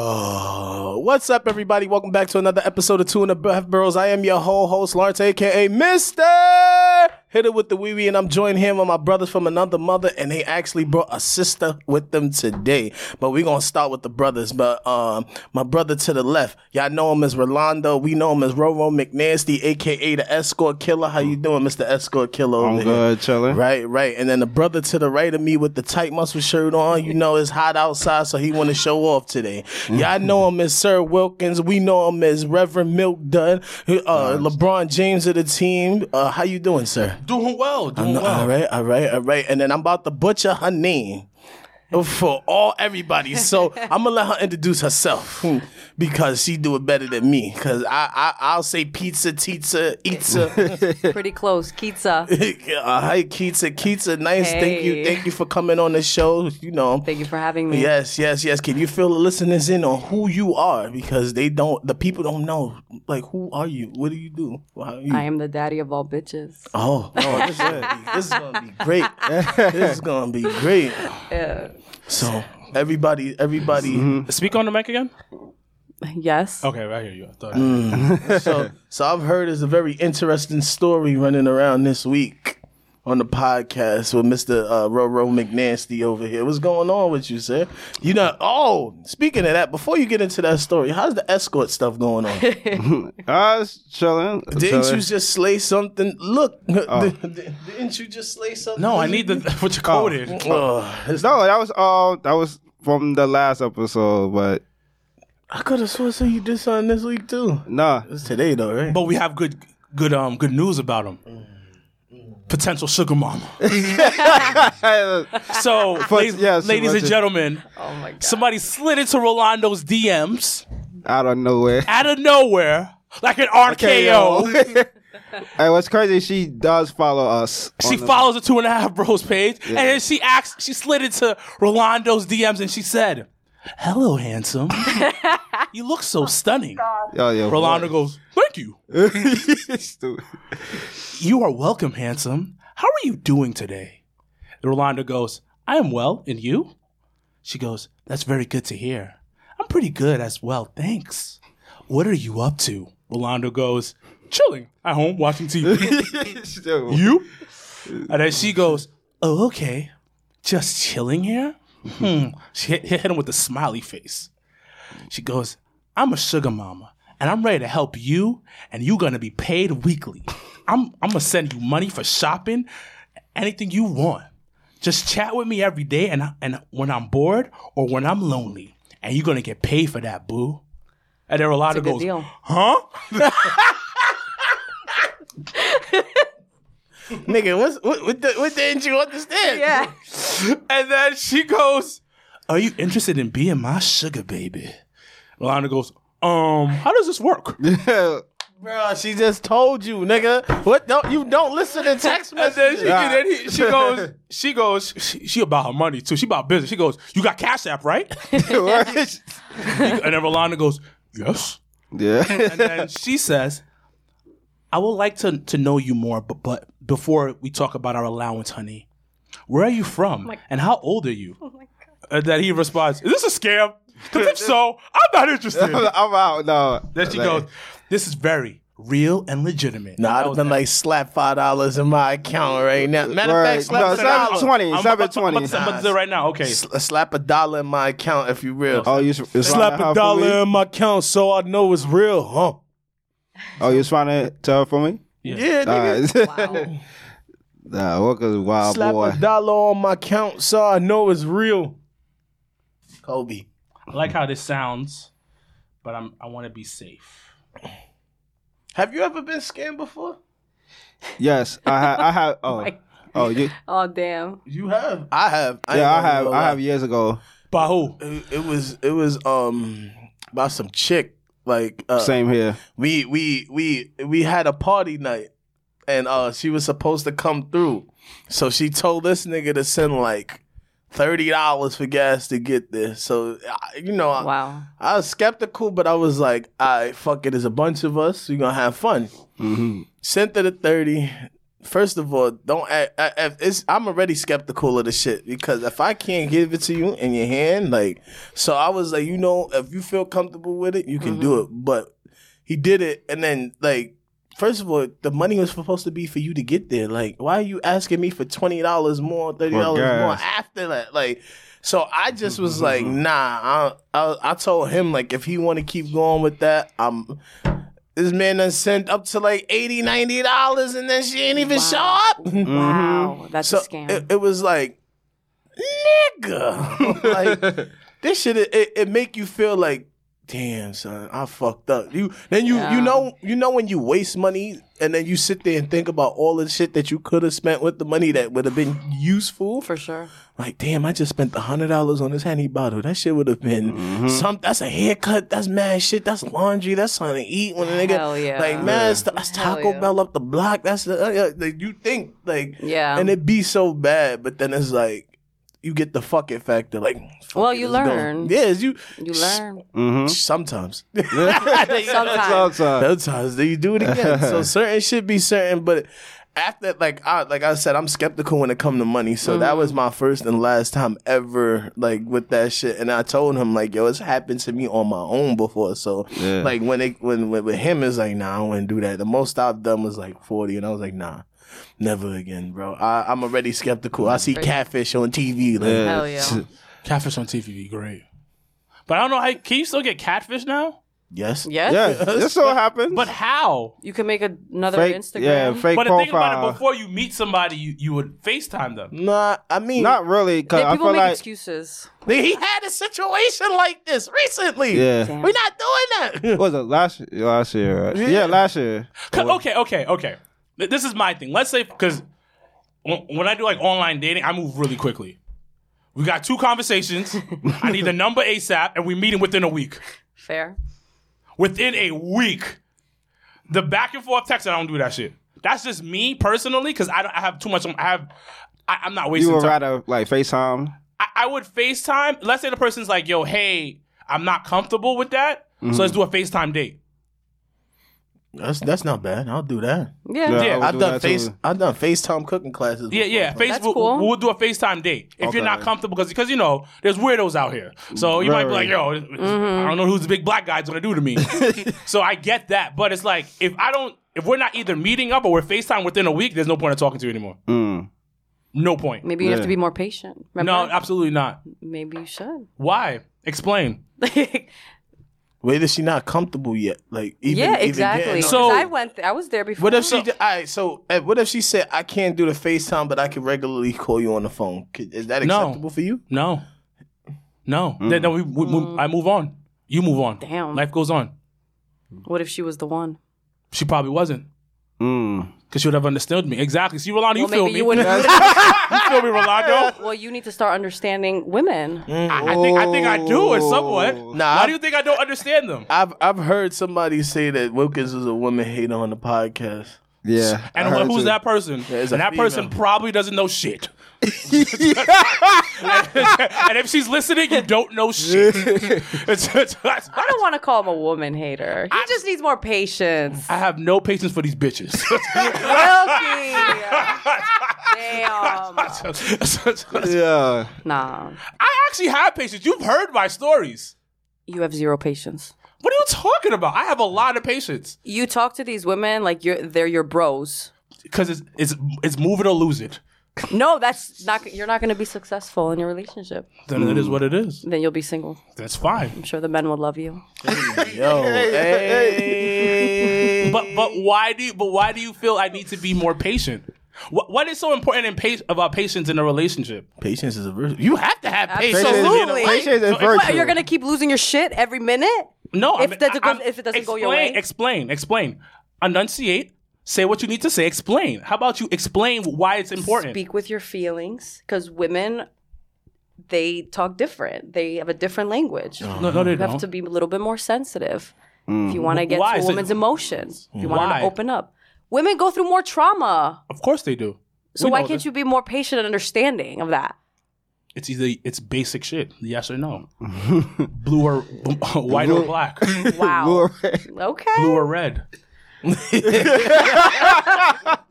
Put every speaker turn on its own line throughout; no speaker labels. bro. What's up, everybody? Welcome back to another episode of Two and a Half Bros. I am your whole host, Lawrence, aka Mister. Hit it with the wee wee, and I'm joined here with my brothers from another mother, and they actually brought a sister with them today. But we're gonna start with the brothers. But um, my brother to the left, y'all know him as Rolando. We know him as Roro McNasty, aka the Escort Killer. How you doing, Mister Escort Killer? over
I'm
here?
good, chilling.
Right, right. And then the brother to the right of me with the tight muscle shirt on, you know it's hot outside, so he want to show off today. Y'all know him as Sir Wilkins. We know him as Reverend Milk Dunn, who- uh, LeBron James of the team. Uh, how you doing, sir?
Doing well, doing
No,
well.
All right, all right, all right. And then I'm about to butcher her name for all everybody. So I'm gonna let her introduce herself hmm, because she do it better than me. Cause I, I I'll say pizza, pizza, pizza.
pretty close. Pizza.
uh, hi, Keita. Keita, nice. Thank you.
Hey.
Thank you for coming on the show. You know.
Thank you for having me.
Yes, yes, yes. Can you fill the listeners in on who you are? Because they don't, the people don't know. Like, who are you? What do you do? How are you?
I am the daddy of all bitches.
Oh, oh this, is gonna be, this is gonna be great. this is gonna be great. So everybody, everybody.
Speak on the mic again.
Yes.
Okay, I hear you. I thought
Mm.
So, so I've heard is a very interesting story running around this week on the podcast with Mr. Uh, Roro McNasty over here. What's going on with you, sir? You know. Oh, speaking of that, before you get into that story, how's the escort stuff going on?
Ah, it's chilling.
Didn't you
chilling.
just slay something? Look, didn't you just slay something?
Oh. no, I need the what you quoted.
Oh, it's-
No, that was all. That was from the last episode, but
I could have sworn so you did something this week too.
nah.
It's today though, right?
But we have good, good, um, good news about him.
Mm.
Potential sugar mama. So, ladies,
yes,
ladies and
imagine.
gentlemen,
Oh my god.
somebody slid into Rolando's DMs
out of nowhere.
out of nowhere, like an RKO.
and what's crazy, she does follow us.
She
on the-
follows the two and a half bros page, and then she asked, she slid into Rolando's DMs, and she said, "Hello, handsome. you look
Oh,
so stunning."
Yo, yo,
Rolando goes, "Thank you."
Stupid.
You are welcome, handsome. How are you doing today? And Rolanda goes, I am well, and you? She goes, That's very good to hear. I'm pretty good as well, thanks. What are you up to? Rolando goes, Chilling at home watching TV.
Yo,
you? And then she goes, Oh, okay. Just chilling here? Hmm. She hit, hit him with a smiley face. She goes, I'm a sugar mama, and I'm ready to help you, and you're gonna be paid weekly. I'm I'm gonna send you money for shopping, anything you want. Just chat with me every day, and I- and when I'm bored or when I'm lonely, and you're gonna get paid for that, boo. And there are a lot
It's a
of
good
goes,
deal.
huh?
Nigga, what's, what what, the, what didn't you understand?
Yeah.
And then she goes, Are you interested in being my sugar baby? Lana goes, Um, how does this work? and
bro, she just told you, nigga. What don't you don't listen to text
then she,
messages?
and then he, she goes, She goes, she, she about her money too. She about business. She goes, You got Cash App, right?
What?
and then Rolanda goes, Yes.
yeah.
And then she says, I would like to, to know you more, but, but before we talk about our allowance, honey, where are you from? and how old are you? And then he responds, Is this a scam? Because if so, I'm not interested.
I'm out. No.
Then she
Like,
goes, "This is very real and legitimate."
Nah, I'd have been like slap five dollars in my account right now. Matter of
Right.
fact, slap
No,
a dollar.
seven twenty.
I'm
Seven
about to- I'm about
twenty.
to- I'm about to do it right now. Okay,
S- slap a dollar in my account if you real.
Oh, you s- it's trying to help me?
in my account so I know it's real, huh?
Oh, you trying to tell for me?
Yeah, nigga.
Alright. nah, Walker's a wild
Slap
boy.
a dollar on my account so I know it's real. Kobe.
I like how this sounds, but I'm I want to be safe.
Have you ever been scammed before?
Yes, I have. I have. Oh, oh, you,
Oh damn.
You have. I have.
yeah, I
ain't gonna
have.
lie.
I have years ago.
By who?
It, it was. It was um by some chick. Like uh,
Same here.
we we we we had a party night, and uh she was supposed to come through, so she told this nigga to send like. Thirty dollars for gas to get there, so I- you
Uh,
know I,
Wow.
I was skeptical, but I was like, "I fuck it, it's a bunch of us. We're gonna have fun."
hmm
Sent her the 30, First of all, don't. I, I, if it's, I'm already skeptical of the shit because if I can't give it to you in your hand, like, so I was like, you know, if you feel comfortable with it, you can do it. But he did it, and then like, first of all, the money was supposed to be for you to get there. Like, why are you asking me for twenty dollars more, thirty dollars more
gas.
after that? Like, so I just was like, nah. I, I I told him like, if he want to keep going with that, I'm. This man done sent up to like 80 dollars, and then she ain't even show up.
mm-hmm.
Wow, that's
So
a scam.
It, it was like, nigga, like this shit. It, it, it make you feel like, damn, son, I fucked up. You then you
Yeah.
you know you know when you waste money and then you sit there and think about all the shit that you could have spent with the money that would have been useful.
for sure.
Like, damn, I just spent hundred dollars on this handy bottle. That shit would have been
Mm-hmm.
some. That's a haircut. That's mad shit. That's laundry. That's something to eat when a nigga
Hell yeah.
like man, it's that's
Hell
Taco
yeah.
Bell up the block. That's the uh, yeah, like you think like
Yeah.
and it be so bad, but then it's like you get the fuck it factor. Like, fuck
Well,
it,
you
let's go.
learn.
Yes, you
You learn.
Mm-hmm.
sometimes.
Sometimes.
Sometimes they do it again. so certain should be certain, but after like I like I said, I'm skeptical when it come to money. So that
Mm.
was my first and last time ever like with that shit. And I told him like, yo, it's happened to me on my own before. So
Yeah.
like when it when, when with him it's like, nah, I wouldn't do that. The most I've done was like 40, and I was like, nah. Never again, bro. I, I'm already skeptical. I see catfish on TV. Like,
Hell yeah.
Catfish on TV, be great. But I don't know. How, can you still get catfish now?
Yes.
Yes.
Yeah, this so happens.
But how?
You can make another
fake,
Instagram.
yeah, fake
But think
profile.
about it. Before you meet somebody, you, you would FaceTime them.
Nah, I mean,
Not really, cause
Then
I
people
feel
make
like
excuses.
he had a situation like this recently.
yeah.
Damn.
We're not doing that.
What was it last last year? Right? Yeah. last year.
C- Okay, okay, okay. Th- This is my thing. Let's say because when when I do like online dating, I move really quickly. We got two conversations. I need the number ASAP, and we meeting within a week.
Fair.
Within a week, the back and forth text. I don't do that shit. That's just me personally because I don't. I have too much. I have. I, I'm not wasting
You would
time.
rather like FaceTime.
I, I would FaceTime. Let's say the person's like, "Yo, hey, I'm not comfortable with that, so let's do a FaceTime date."
That's that's not bad. I'll do that.
Yeah.
Yeah.
Yeah,
I would
I've
do
done
that
face.
too.
I've done FaceTime cooking classes.
Yeah,
before.
yeah. Facebook.
cool.
We'll do a FaceTime date if you're not
Okay.
comfortable, because because you know there's weirdos out here. So you
Right,
might be like,
right.
yo, I don't know who's the big black guy's gonna do to me. so I get that, but it's like if I don't, if we're not either meeting up or we're FaceTime within a week, there's no point in talking to you anymore.
Mm.
No point.
Maybe you have to
Yeah.
be more patient.
No,
Remember?
absolutely not.
Maybe you should.
Why? Explain.
Wait, is she not comfortable yet? Like even
yeah,
even
exactly.
getting-
So-
So I went. Th- I was there before.
what if she? Did, all right, so uh, what if she said I can't do the FaceTime, but I can regularly call you on the phone? Could- Is that
No.
acceptable for you?
No, no.
Mm.
Then, then we, we, we- I move on. You move on.
Damn.
Life goes on.
What if she was the one?
She probably wasn't.
Mm.
Because she would have understood me. Exactly. See, Rolando,
Well,
you feel
maybe
me.
you wouldn't.
you feel me, Rolando?
well, you need to start understanding women.
I, I think I think I do or somewhat.
Oh. Nah.
Why do you think I don't understand them?
I've I've heard somebody say that Wilkins is a woman hater on the podcast.
Yeah.
And
I heard
who's
too.
that person?
it's
and
a
that person
female.
probably doesn't know shit. and if she's listening, you don't know shit. It's- it's-
I don't want to call him a woman hater. He just needs more patience.
I have no patience for these bitches.
Wilkie. Damn.
Yeah.
Nah.
I actually have patience. You've heard my stories.
You have zero patience.
What are you talking about? I have a lot of patience
You talk to these women like you're they're your bros.
because it's it's it's move it or lose it.
No, that's not. You're not going to be successful in your relationship.
Then it
Mm.
is what it is.
Then you'll be single.
That's fine.
I'm sure the men will love you.
Yo, hey.
But but why do you, but why do you feel I need to be more patient? What what is so important in pa- about patience in a relationship?
patience is a virtue. You have to have patience.
Patience is-
Absolutely.
Patience is
So if-
virtue.
What, you're going to keep losing your shit every minute?
No,
If that goes-
I'm-
if it doesn't go
explain,
your way?
explain, explain, enunciate, say what you need to say, explain. How about you explain why it's important?
Speak with your feelings because women, they talk different. They have a different language.
No, no, they
You have
don't.
to be a little bit more sensitive if you want to get
Mm. Why?
to a
So-
woman's emotions. If you want her
Why?
to open up. Women go through more trauma.
of course they do.
So why can't you be more patient and understanding of that?
It's either it's basic shit, yes or no, blue or white or black,
Wow.
Blue-
Okay.
blue or red.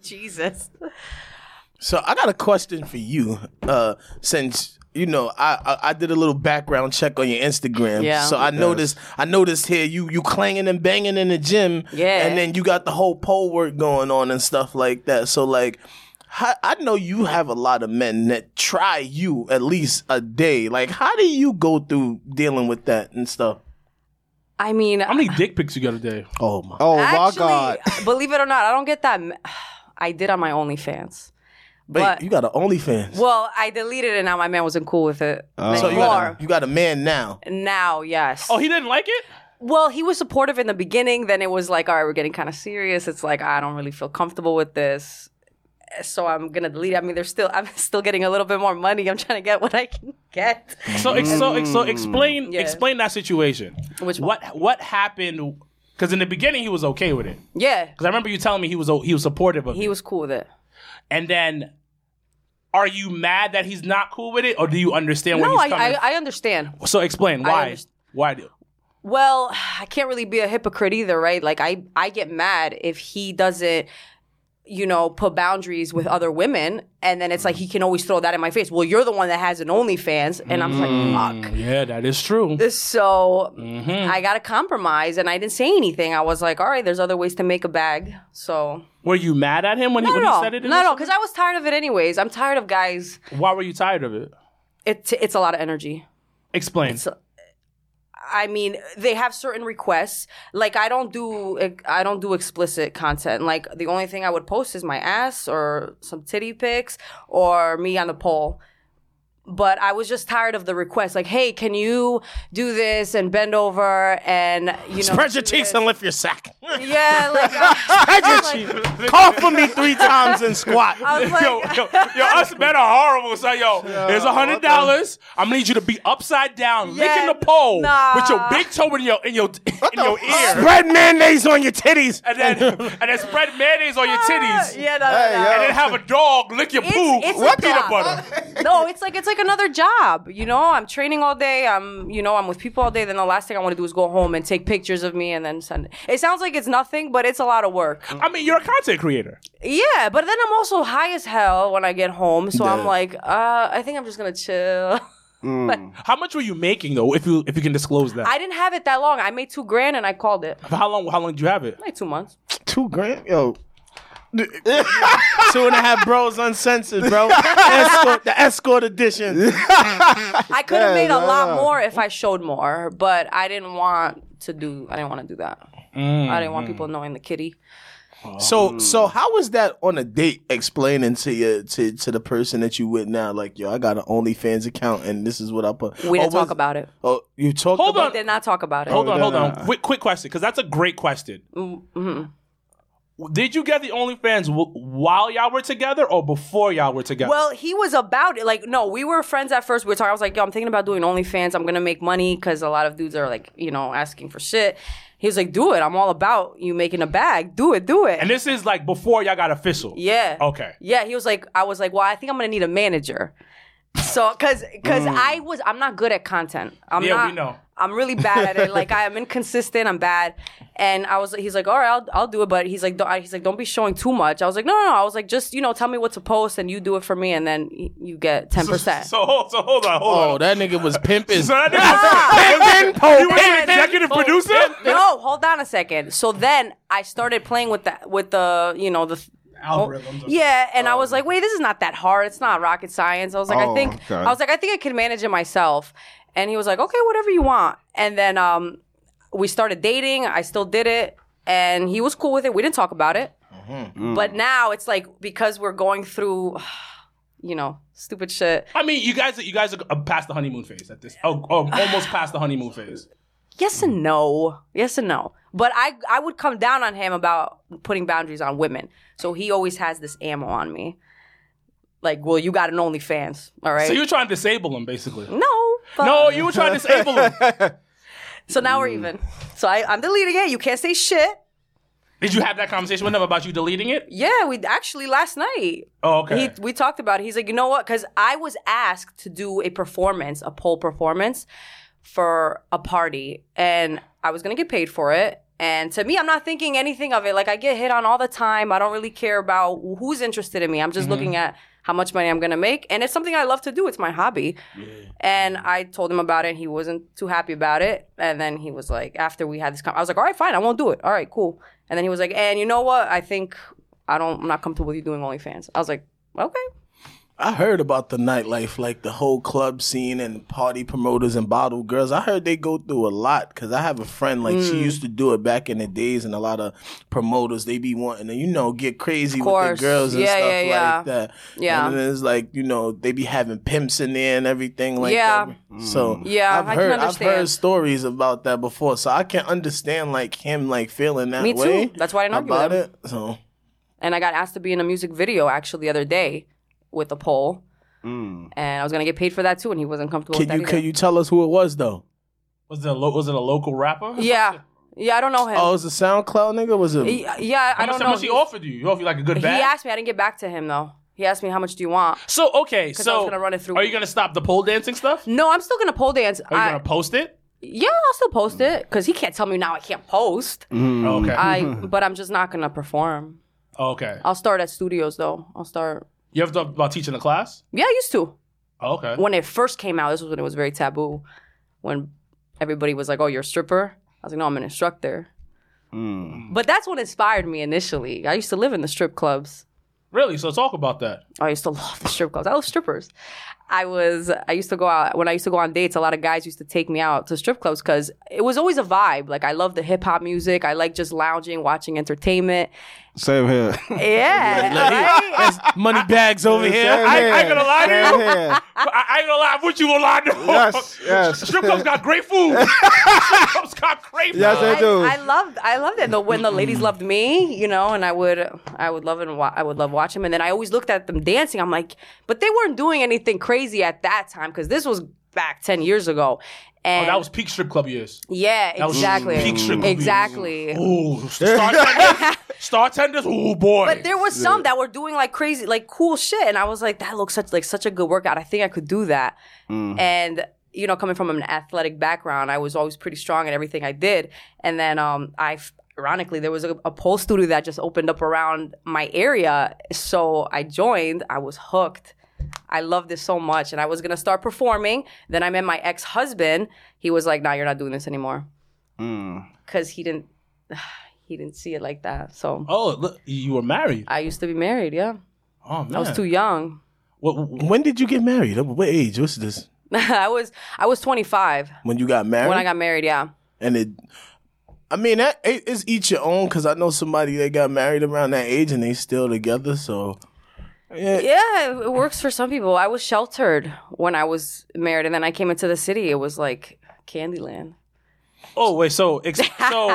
Jesus.
So I got a question for you, uh, since you know I, I I did a little background check on your Instagram.
Yeah.
So I noticed I noticed here you you clanging and banging in the gym.
Yeah.
And then you got the whole pole work going on and stuff like that. So like. How, I know you have a lot of men that try you at least a day. Like, how do you go through dealing with that and stuff?
I mean,
How many dick pics you got a day?
Oh my!
Oh
actually,
my god.
believe it or not, I don't get that. m- I did on my OnlyFans.
Wait,
but-
you got an OnlyFans,
Well, I deleted it now. My man wasn't cool with it
so you got a,
anymore.
you got a man now.
now, yes.
Oh, he didn't like it?
Well, he was supportive in the beginning. Then it was like, all right, we're getting kind of serious. It's like I don't really feel comfortable with this, so I'm gonna delete. it. I mean, there's still I'm still getting a little bit more money. I'm trying to get what I can get.
So, ex- so, ex- so explain
Yeah.
explain that situation.
Which one?
what what happened? Because in the beginning he was okay with it.
Yeah,
Because I remember you telling me he was o- he was supportive of
he
it.
was cool with it.
And then, are you mad that he's not cool with it, or do you understand where
No,
he's
I,
coming?
I I understand.
from? so explain why
underst-
why do
Well, I can't really be a hypocrite either, right? Like I I get mad if he doesn't you know, put boundaries with other women, and then it's like he can always throw that in my face. Well, you're the one that has an OnlyFans, and I'm just
Mm.
like, fuck.
yeah that is true.
So
Mm-hmm.
I got to compromise, and I didn't say anything. I was like, all right, there's other ways to make a bag. So
Were you mad at him when he,
not
when
at
he
all,
said it?
not
in
at
the-
all, because I was tired of it anyways. I'm tired of guys.
Why were you tired of it?
It, it's a lot of energy.
Explain.
I mean, they have certain requests. Like I don't do e, I don't do explicit content. Like the only thing I would post is my ass or some titty pics or me on the pole. But I was just tired of the request. Like, hey, can you do this and bend over and you know
Spread your
do
cheeks
this?"
and lift your sack.
Yeah, like I was like, "Ah."
Call for me three times and squat.
I was
yo,
like,
yo, yo, us men are horrible. So, yo, here's a hundred dollars. I'm gonna need you to be upside down,
Yeah,
licking the pole
nah.
with your big toe in your in your in your ear,
Spread mayonnaise on your titties.
and then and then spread mayonnaise on your titties,
Uh, yeah, no, no,
Hey,
no.
yo.
and then have a dog lick your
It's-
poo
it's
with
a
peanut
dog.
butter.
no, it's like it's like another job. You know, I'm training all day. I'm you know I'm with people all day. Then the last thing I want to do is go home and take pictures of me and then send it. It sounds like it's nothing, but it's a lot of work.
I mean, you're a content creator.
Yeah, but then I'm also high as hell when I get home, so I'm
Yeah.
like, uh, I think I'm just gonna chill.
How much were you making though, if you if you can disclose that?
I didn't have it that long. I made two grand and I called it
how long how long did you have it?
like two months.
Two grand, yo.
Two and a half bros uncensored, bro. Escort, the escort edition.
I could have made a
no,
lot
no.
more if I showed more, but I didn't want to do. I didn't want to do that. I didn't
Mm,
want people knowing the kitty.
So,
Oh.
so how was that on a date? Explaining to your to, to the person that you with now, like yo, I got an OnlyFans account and this is what I put.
We didn't
Oh,
talk
was-
about it.
Oh, you talked.
Hold
about
on.
We did not talk about it.
Oh,
Hold on, hold on. Quick, quick question, because that's a great question.
Mm-hmm.
Did you get the OnlyFans w- while y'all were together or before y'all were together?
Well, he was about it. Like, no, we were friends at first. We were talking. I was like, yo, I'm thinking about doing OnlyFans. I'm gonna make money because a lot of dudes are like, you know, asking for shit. He was like, do it. I'm all about you making a bag. Do it. Do it.
and Oh, this is like before y'all got official.
yeah.
Okay.
Yeah. He was like, I was like, well, I think I'm gonna need a manager. So, cause, cause I was, I'm not good at content. I'm
Mm. Yeah,
not,
we know.
I'm really bad at it. Like I am inconsistent. I'm bad. And I was, he's like, all right, I'll, I'll do it. But he's like, don't, he's like, don't be showing too much. I was like, no, no, no. I was like, just you know, tell me what to post, and you do it for me, and then y- you get ten percent.
So hold, so hold on, hold
Oh,
on.
that nigga was pimping.
so that nigga, you was an executive producer.
no, hold on a second. So then I started playing with the with the you know the
Algorithms.
Oh, Yeah, and I was like, wait, this is not that hard. It's not rocket science. I was like, I
um, Oh,
think
okay.
I was like, I think I can manage it myself. And he was like, okay, whatever you want. And then um, we started dating. I still did it, and he was cool with it. We didn't talk about it.
Mm-hmm.
But now it's like because we're going through, you know, stupid shit.
I mean, you guys, you guys are uh, past the honeymoon phase at this. Oh, oh almost past the honeymoon phase.
Yes and no. Yes and no. But I I would come down on him about putting boundaries on women. So he always has this ammo on me. Like, well, you got an OnlyFans, all right?
So you were trying to disable him, basically.
no. fuck.
No, you were trying to disable him.
So now we're even. So I, I'm deleting it. You can't say shit.
Did you have that conversation with him about you deleting it?
Yeah, we actually last night
Oh, okay.
he, we talked about it. He's like, you know what? Because I was asked to do a performance, a pole performance for a party, and I was gonna get paid for it. And to me, I'm not thinking anything of it. Like I get hit on all the time. I don't really care about who's interested in me. I'm
Mm-hmm.
just looking at how much money I'm gonna make, and it's something I love to do. It's my hobby. And I told him about it. and He wasn't too happy about it. And then he was like, after we had this, con- I was like, all right, fine, I won't do it. All right, cool. And then he was like, and you know what? I think I don't. I'm not comfortable with you doing OnlyFans. I was like, okay.
I heard about the nightlife, like the whole club scene and party promoters and bottle girls. I heard they go through a lot because I have a friend, like she
Mm.
used to do it back in the days, and a lot of promoters they be wanting to, you know, get crazy with
course.
the girls and
Yeah,
stuff
yeah, yeah.
like that.
Yeah.
and then it's like you know they be having pimps in there and everything like
Yeah. Mm.
that. So
Yeah,
I've
I can
heard I've
understand.
heard stories about that before, so I can understand like him like feeling that
Me too.
way.
That's why I didn't argue with
about
him.
it. So
and I got asked to be in a music video actually the other day with a poll. And I was gonna get paid for that too, and he wasn't comfortable.
Mm. can
with
you
that
can
either.
you tell us who it was though?
Was it a lo- was it a local rapper?
Yeah, yeah, I don't know him.
Oh, it was a SoundCloud nigga. Was it?
Y- yeah, I
How much,
don't
how
know.
much he offered you? He offered you like a good
He
bag.
asked me. I didn't get back to him though. He asked me how much do you want.
so okay,
I was
so
gonna run it through.
are you gonna stop the pole dancing stuff?
No, I'm still gonna pole dance.
Are you
I-
gonna post it?
yeah, I'll still post it because he can't tell me now I can't post.
Oh,
Mm.
okay.
I but I'm just not gonna perform.
okay.
I'll start at studios though. I'll start.
You ever thought about teaching a class?
Yeah, I used to.
Oh, okay.
when it first came out, this was when it was very taboo, when everybody was like, "Oh, you're a stripper." I was like, "No, I'm an instructor." But that's what inspired me initially. I used to live in the strip clubs.
Really? So talk about that.
I used to love the strip clubs. I love strippers. I was. I used to go out when I used to go on dates. A lot of guys used to take me out to strip clubs because it was always a vibe. Like I love the hip hop music. I like just lounging, watching entertainment.
Same here.
Yeah, right?
money bags over here.
Same
I- I
here.
ain't gonna lie to
Same
you.
here.
But I, I ain't gonna lie, what you gonna lie to?
Yes, yes.
Strip clubs got great food. Strip clubs got great food.
Yes,
I,
I do.
I loved I loved it. The, when the ladies loved me, you know, and I would I would love and wa- I would love watch them. And then I always looked at them dancing. I'm like, but they weren't doing anything crazy at that time because this was back ten years ago.
Oh,
And
that was peak strip club years.
yeah,
was
exactly,
peak strip movies.
exactly.
Ooh, star tenders. star tenders. Ooh, boy.
But there was some that were doing like crazy, like cool shit, and I was like, that looks such like such a good workout. I think I could do that. And you know, coming from an athletic background, I was always pretty strong in everything I did. And then um, I, f- ironically, there was a, a pole studio that just opened up around my area, so I joined. I was hooked. I loved this so much, and I was gonna start performing. Then I met my ex husband. He was like, "Nah, you're not doing this anymore,"
Mm.
because he didn't. He didn't see it like that. So
oh, look, you were married.
I used to be married, yeah.
Oh man,
I was too young.
What, what-
When did you get married? At What age was this?
I was I was 25
When you got married?
when I got married, yeah.
and it. I mean that it- it's each your own because I know somebody that got married around that age and they still together. So
Yeah, it- it works for some people. I was sheltered when I was married and then I came into the city. It was like Candyland.
oh wait, so ex- so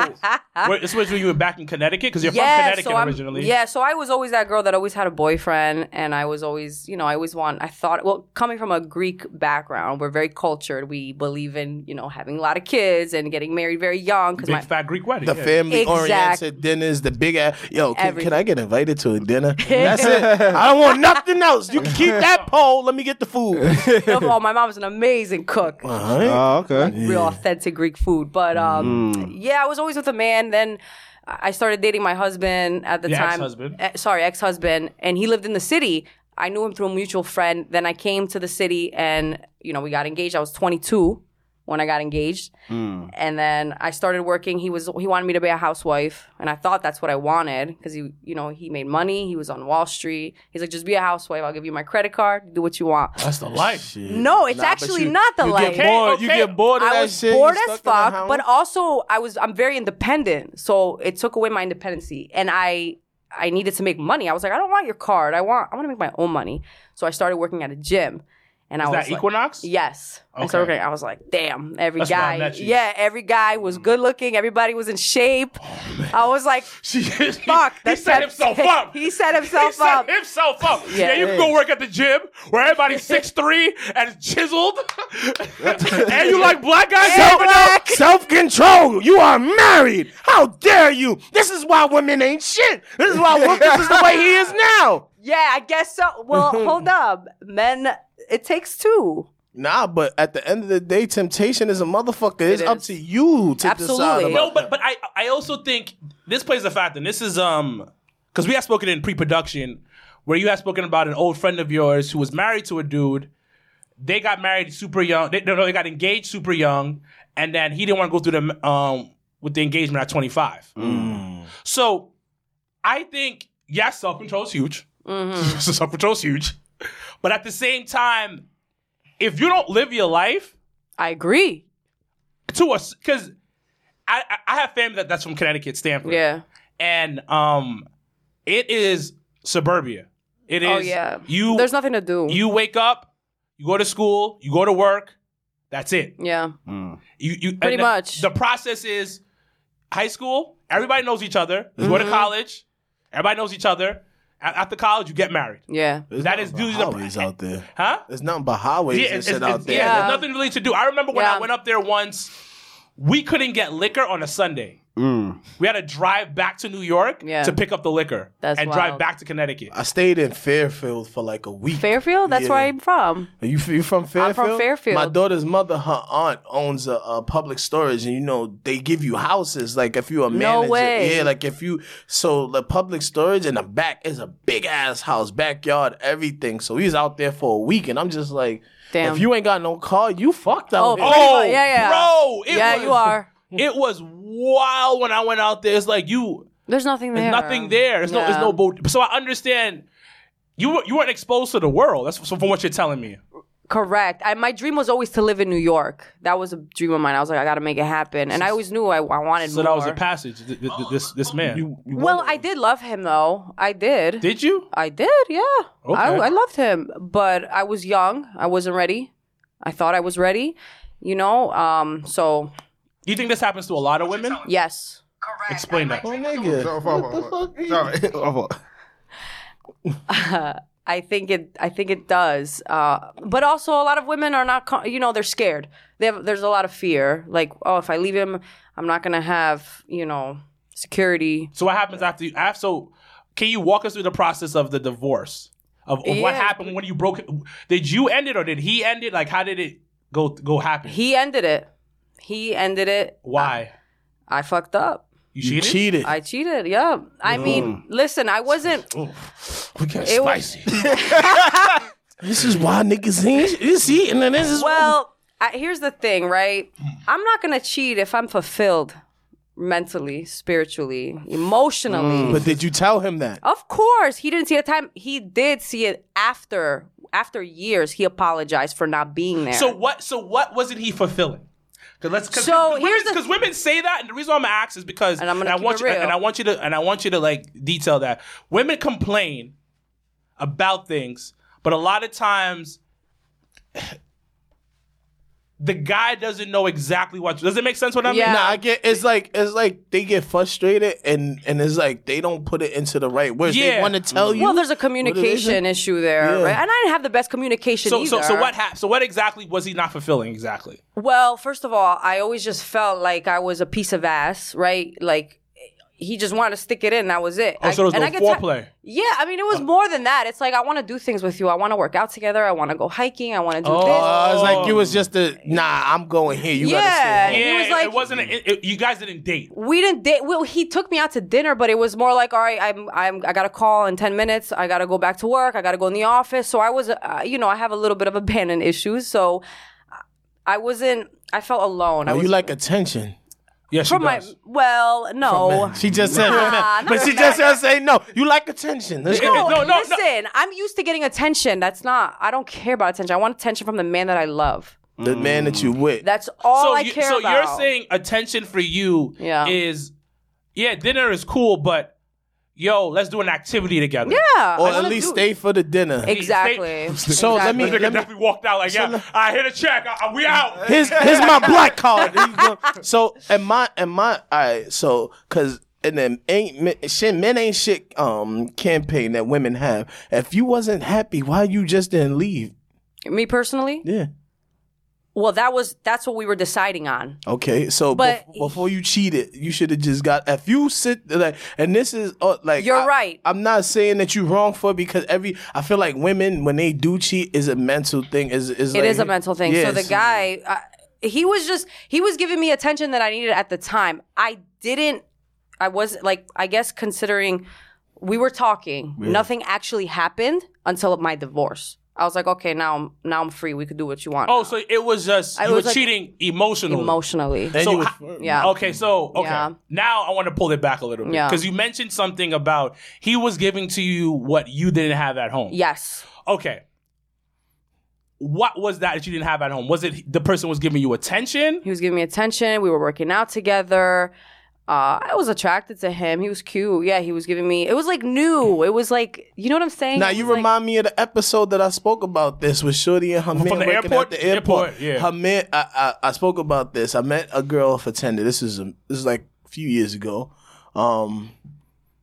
wait, this was when you were back in Connecticut because you're from Connecticut
so I'm-
originally.
Yeah, so I was always that girl that always had a boyfriend, and I was always, you know, I always want. I thought, well, coming from a Greek background, we're very cultured. We believe in, you know, having a lot of kids and getting married very young. Because
big
my
fat Greek wedding.
the
yeah.
family oriented
Exact-
dinners, the big ass. Yo, can,
Everything.
can I get invited to a dinner? That's it. I don't want nothing else. You can keep that pole. Let me get the food.
first of all, my mom was an amazing cook.
Oh, okay.
real authentic Greek food. But um,
Mm.
yeah, I was always with a man. Then I started dating my husband at the
Your
time.
ex-husband.
Eh, sorry, ex husband, and he lived in the city. I knew him through a mutual friend. Then I came to the city, and you know, we got engaged. I was 22 when I got engaged,
Mm.
and then I started working. He was he wanted me to be a housewife, and I thought that's what I wanted because he, you know, he made money. He was on Wall Street. He's like, just be a housewife. I'll give you my credit card. Do what you want.
Uh,
That's the life.
No, it's actually not the life.
Get bored.
Okay,
You
okay.
get bored of
I
that
was
shit. you
bored
stuck
as
in the
fuck,
house.
but also I was I'm very independent, so it took away my independency, and I I needed to make money. I was like, I don't want your card. I want I want to make my own money. So I started working at a gym, and I
Is
was
that
like-
Equinox?
Yes. I started
Okay.
working. I was like, damn, every
That's where
guy.
I met you. Mm.
Yeah, every guy was good looking. Everybody was in shape.
Oh,
I was like,
She,
fuck.
he
that
set
set-
himself up.
he set himself
he set
up.
himself up. Yeah,
Yeah.
you can go work at the gym where everybody's six three and chiseled, and you like black guys. you never know.
Self control. You are married. How dare you? This is why women ain't shit. This is why wo- this is the way he is now.
yeah, I guess so. Well, hold up, men. It takes two.
Nah, but at the end of the day, temptation is a motherfucker. It's
It
up
is.
to you to decide.
Absolutely.
About
No, but but I I also think this plays a factor. And this is um because we have spoken in pre-production where you have spoken about an old friend of yours who was married to a dude. They got married super young. They, no, no, they got engaged super young, and then he didn't want to go through the um with the engagement at 25. So I think yes, self control is huge. so self control is huge, but at the same time, if you don't live your life
I agree.
to us because I, I- I have family that that's from Connecticut, Stanford.
Yeah.
and um, it is suburbia. It is.
Oh yeah.
You
There's nothing to do.
you wake up, you go to school, you go to work. That's it.
yeah.
You you
Pretty
and the-
much.
The process is high school. Everybody knows each other. You go
Mm-hmm.
to college. Everybody knows each other. A- After college, you get married.
Yeah.
There's
That
nothing
is
but
usually the-
highways out there.
Huh?
There's nothing but highways
Yeah,
and
it's,
shit
it's-
out
it's-
there.
yeah, there's
Yeah.
nothing really to do. I remember when I
Yeah.
went up there once, we couldn't get liquor on a Sunday.
Mm.
We had to drive back to New York
Yeah.
to pick up the liquor
That's
and drive
wild. Uh,
back to Connecticut.
I stayed in Fairfield for like a week.
Fairfield. That's
Yeah.
where I'm from.
Are you, you from Fairfield?
from Fairfield.
My daughter's mother, her aunt, owns a, a public storage, and you know they give you houses. Like if you're a manager,
way.
yeah. Like if you so the public storage in the back is a big ass house, backyard, everything. So he's out there for a week, and I'm just like,
Damn.
If you ain't got no car, you fucked out.
Oh,
there.
pretty
Oh,
much. yeah, yeah.
bro, it
yeah,
was-
you are.
It was wild when I went out there. It's like you,
There's nothing there.
there's nothing there. There's no, there's
Yeah.
no boat. So I understand you were- you weren't exposed to the world. That's so from what you're telling me.
Correct. I, my dream was always to live in New York. That was a dream of mine. I was like, I got to make it happen, and I always knew I, I wanted
So
more.
that was a passage. th- th- th- This this
Oh,
man.
well, I did love him though. I did.
did you?
I did. Yeah. I,
Okay.
I loved him, but I was young. I wasn't ready. I thought I was ready. You know. Um. So
You think this happens to a lot of women?
yes.
Explain that.
Oh, nigga.
Sorry,
what the fuck?
fuck? Sorry. Oh, fuck.
I think it. I think it does. Uh, but also, a lot of women are not. co- You know, they're scared. They have. There's a lot of fear. Like, oh, if I leave him, I'm not gonna have. You know, security.
So what happens after you? After, so can you walk us through the process of the divorce of, of what
Yeah.
happened when you broke? Did you end it or did he end it? Like how did it go go happen?
He ended it. He ended it.
Why
I fucked up.
you
You
cheated?
cheated.
I cheated. Yeah. I mean, listen. I wasn't.
Mm. we got
It was-
This is why niggas ain't this eating, and this is
Well, I, here's the thing, right? I'm not gonna cheat if I'm fulfilled mentally, spiritually, emotionally.
But did you tell him that?
Of course, he didn't see the time. He did see it after after years. He apologized for not being there.
So what? So what wasn't he fulfilling? Cause let's, cause,
So
cause
here's
women,
the-
because women say that, and the reason why I'm gonna ask is because
And I'm gonna
I
keep
want
it
you
real.
and I want you to and I want you to like detail that women complain about things, but a lot of times the guy doesn't know exactly what. Does it make sense what I'm
Yeah.
Nah, I get it's like it's like they get frustrated and and it's like they don't put it into the right words.
Yeah.
They want to tell you.
well, there's a
What
communication
it is.
issue there,
Yeah.
right? And I didn't have the best communication
So,
either.
so, so what happened? So what exactly was he not fulfilling exactly?
Well, first of all, I always just felt like I was a piece of ass, right? Like he just wanted to stick it in. That was it. I-
Oh, so there was
and
no
I get ti-
foreplay. Oh.
yeah, I mean, it was more than that. It's like I want to do things with you. I want to work out together. I want to go hiking. I want to do
Oh,
Uh,
this.
it's like you was just a nah. I'm going here. You
Oh. Yeah.
gotta stay. Home.
He was like-
it wasn't. It, it- you guys didn't date.
We didn't date. Well, he took me out to dinner, but it was more like, all right, I'm, I'm, I got a call in ten minutes. I got to go back to work. I got to go in the office. So I was, uh, you know, I have a little bit of abandon issues. So I wasn't. I felt alone. I
Oh,
was
you like attention.
Yes, she
from my.
does.
Well, no.
She just said,
Nah,
but
not
she
a
just said, say no. You like attention. Let's
No,
go.
no, no.
Listen, I'm used to getting attention. That's not. I don't care about attention. I want attention from the man that I love.
The man that you with.
That's all
so
I
you,
care
so
about.
you're saying attention for you
Yeah.
is yeah dinner is cool but yo let's do an activity together
yeah,
or
I
at
wanna
least
do-
stay for the dinner.
Exactly.
So let me-
This nigga
let me-
definitely walked out like yeah I hit a check I, I- we out
here's here's my black card. There you go. So and my and my all right. So because and then ain't men- shit men ain't shit um campaign that women have. If you wasn't happy, why you just didn't leave?
me personally.
Yeah.
Well, that was that's what we were deciding on.
Okay, so
But-
bef- before you cheated, you should have just got. If you sit like, and this is uh, like
You're
I-
right.
I'm not saying that you're wrong for it because every I feel like women when they do cheat is a mental thing. Is is
It is a mental thing. So the
Yes.
guy, I, he was just he was giving me attention that I needed at the time. I didn't. I was like, I guess considering we were talking, nothing actually happened until my divorce. I was like, okay, now I'm now I'm free. We could do what you want.
Oh, so it was just
I
you
was,
were
like,
cheating emotionally.
emotionally.
And
So
you was-
ho-
Yeah.
Okay, so okay.
Yeah.
Now I want to pull it back a little bit
Yeah.
because you mentioned something about he was giving to you what you didn't have at home.
Yes.
Okay. What was that that you didn't have at home? Was it the person was giving you attention?
He was giving me attention. We were working out together. Uh, I was attracted to him. He was cute. Yeah, he was giving me. It was like new. It was like you know what I'm saying.
Now
It
you
was like-
remind me of the episode that I spoke about this with Shorty and her man
the
working
airport?
At the airport,
Airport, yeah.
Her man, I, I I spoke about this. I met a girl for tender. This is a, this is like a few years ago. Um,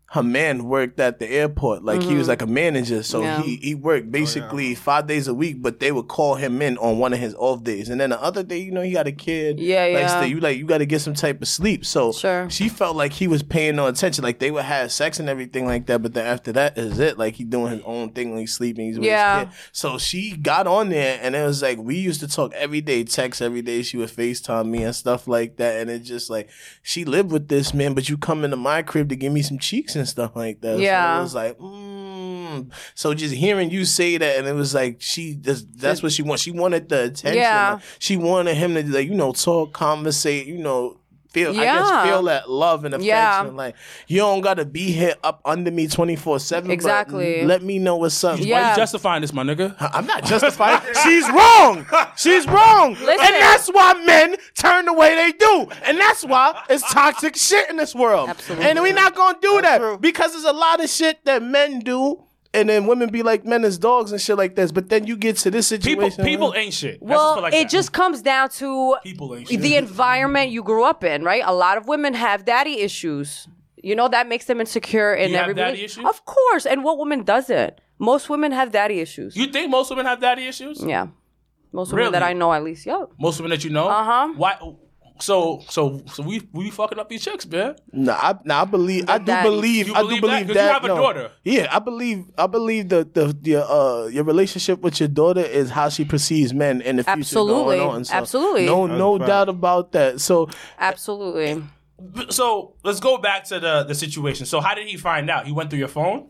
her man worked at the airport. Like he was like a manager, so
Mm-hmm. Yeah.
he he
Oh,
worked basically five days a week. But they would call him in on one of his off days, and then the other day, you know, he got a kid.
Yeah,
like,
yeah.
so you like you got to get some type of sleep. So
Sure.
she felt like he was paying no attention. Like they would have sex and everything like that, but then after that is it. Like he doing his own thing when he's sleeping. He's with
Yeah.
his kid. So she got on there and it was like we used to talk every day, text every day. She would FaceTime me and stuff like that. And it's just like she lived with this man, but you come into my crib to give me some cheeks and stuff like that. So
Yeah.
it was like, mm. So just hearing you say that and it was like she just that's what she wants. She wanted the attention.
Yeah.
Like, she wanted him to like, you know, talk, conversate, you know, feel I
Yeah.
guess feel that love and affection.
Yeah.
Like you don't gotta be here up under me twenty four seven.
Exactly.
Let me know what's up.
Why
Yeah.
you justifying this, my nigga?
I'm not justifying. She's wrong. She's wrong.
Listen.
And that's why men turn the way they do. And that's why it's toxic shit in this world.
Absolutely.
And we're not going to do that
true.
because there's a lot of shit that men do. And then women be like men as dogs and shit like this. But then you get to this situation.
People, people ain't shit. That's just
Well,
for like
it
that.
just comes down to
People ain't shit.
the environment you grew up in, right? A lot of women have daddy issues. You know that makes them insecure in
You have
every
daddy
rela-
issues?
Of course. And what woman doesn't? Most women have daddy issues.
you think most women have daddy issues?
yeah. Most
Really?
women that I know at least. Yeah.
Most women that you know. Uh
Uh-huh.
Why? So, so, so we we fucking up these chicks, man.
No, I, no, I believe, I do
daddy.
believe,
You
I do
believe that?
believe
'Cause you
that.
have a
no.
daughter.
Yeah, I believe, I believe the the your uh your relationship with your daughter is how she perceives men in the future.
Absolutely.
going on. So,
Absolutely.
no, no
That's right.
doubt about that. So
Absolutely.
So let's go back to the the situation. So how did he find out? He went through your phone.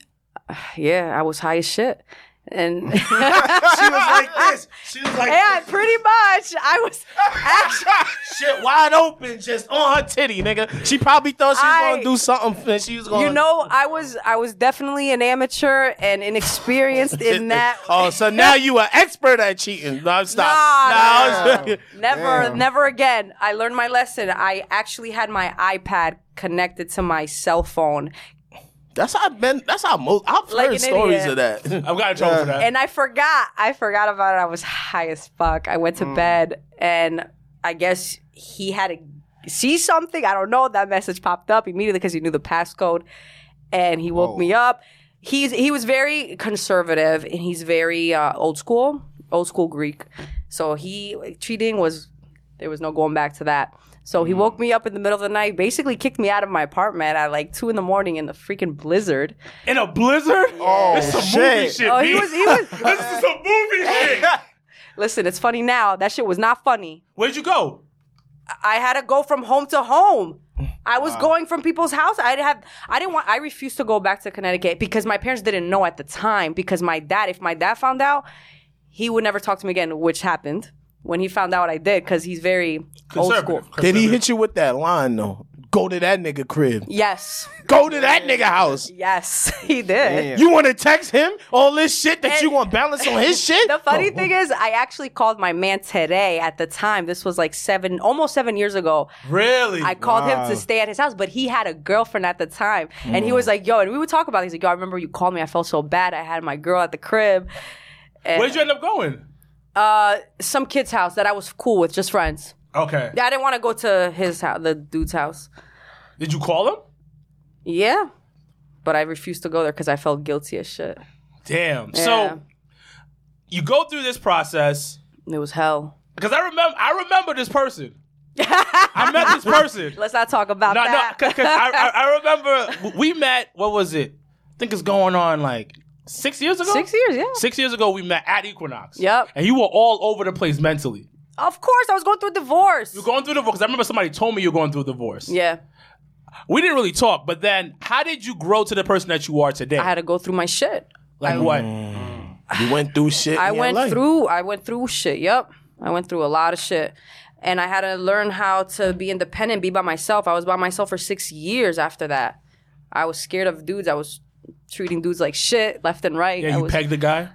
Yeah, I was high as shit. And
She was like this. She was like
yeah, pretty much. I was actually
shit wide open, just on her titty, nigga. She probably thought she was
I-
gonna do something, and she was gonna.
you know, I was I was definitely an amateur and inexperienced in that.
Oh, so now you an expert at cheating? No, stop.
Nah,
No,
nah. never,
Damn.
never again. I learned my lesson. I actually had my iPad connected to my cell phone,
that's how I've been. That's how most. I've
Like
heard
an
stories
idiot.
of that.
I've got in trouble for that.
and I forgot. I forgot about it. I was high as fuck. I went to bed, and I guess he had to see something. I don't know. That message popped up immediately because he knew the passcode, and he woke
Whoa.
me up. He's he was very conservative, and he's very uh, old school, old school Greek. So he cheating was there was no going back to that. So he woke me up in the middle of the night, basically kicked me out of my apartment at like two in the morning in the freaking blizzard.
in a blizzard.
Oh,
this is some movie
shit.
shit.
Oh, he
B.
was he was.
this is some movie shit.
Listen, it's funny now. That shit was not funny.
Where'd you go?
I had to go from home to home. I was going from people's house. I had I didn't want I refused to go back to Connecticut because my parents didn't know at the time because my dad if my dad found out, he would never talk to me again, which happened when he found out I did cuz he's very old school.
Conservative.
Did he hit you with that line though? Go to that nigga crib.
Yes.
Go to that nigga house.
Yes, he did.
Yeah.
You want to text him all this shit that
And-
you want to balance on his shit?
The funny thing is, I actually called my man today at the time. This was like seven, almost seven years ago.
Really?
I called him
Wow.
to stay at his house, but he had a girlfriend at the time. And
Mm.
he was like, yo, and we would talk about it. He's like, yo, I remember you called me. I felt so bad. I had my girl at the crib. And,
Where'd you end up going?
uh, some kid's house that I was cool with, just friends.
Okay.
I didn't want to go to his house, the dude's house.
Did you call him?
Yeah. But I refused to go there because I felt guilty as shit.
Damn.
Yeah.
So you go through this process.
It was hell.
Because I remember, I remember this person. I met this person.
Let's not talk about
No, no,
that.
because I, I, I remember w- we met. What was it? I think it's going on like six years ago.
Six years, yeah.
Six years ago, we met at Equinox.
Yep.
And you were all over the place mentally.
Of course, I was going through a divorce.
You're going through divorce. 'cause I remember somebody told me you're going through a divorce.
yeah,
We didn't really talk, but then how did you grow to the person that you are today?
I had to go through my shit.
like what?
You went through shit.
I
in your
went
life.
through. I went through shit. Yep, I went through a lot of shit, and I had to learn how to be independent, be by myself. I was by myself for six years after that. I was scared of dudes. I was treating dudes like shit, left and right.
Yeah,
I
you
was,
pegged the guy.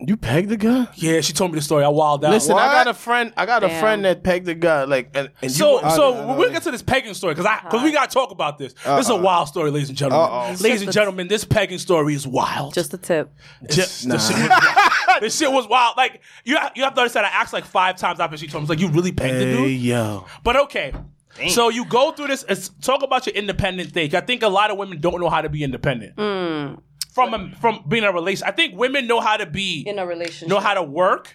You pegged the guy.
Yeah, she told me the story. I wilded out.
Listen, I
What?
got a friend. I got a
Damn.
friend that pegged the guy. Like, and, and
So,
you, I-
so
I know. Uh-uh.
we'll get to this pegging story because I because we
Uh-uh.
gotta talk about this. This is a wild story, ladies and gentlemen.
Uh-oh.
Ladies and gentlemen, this pegging story is wild.
just a tip.
Just, this, shit was, this shit was wild. Like you, ha- you have to understand. I asked like five times after she told me, I was "Like you really pegged the
hey
dude."
yo,
But okay, so you go through this. It's, talk about your independent thing. I think a lot of women don't know how to be independent.
Hmm.
From a, from being in a relationship, I think women know how to be
In a relationship.
know how to work,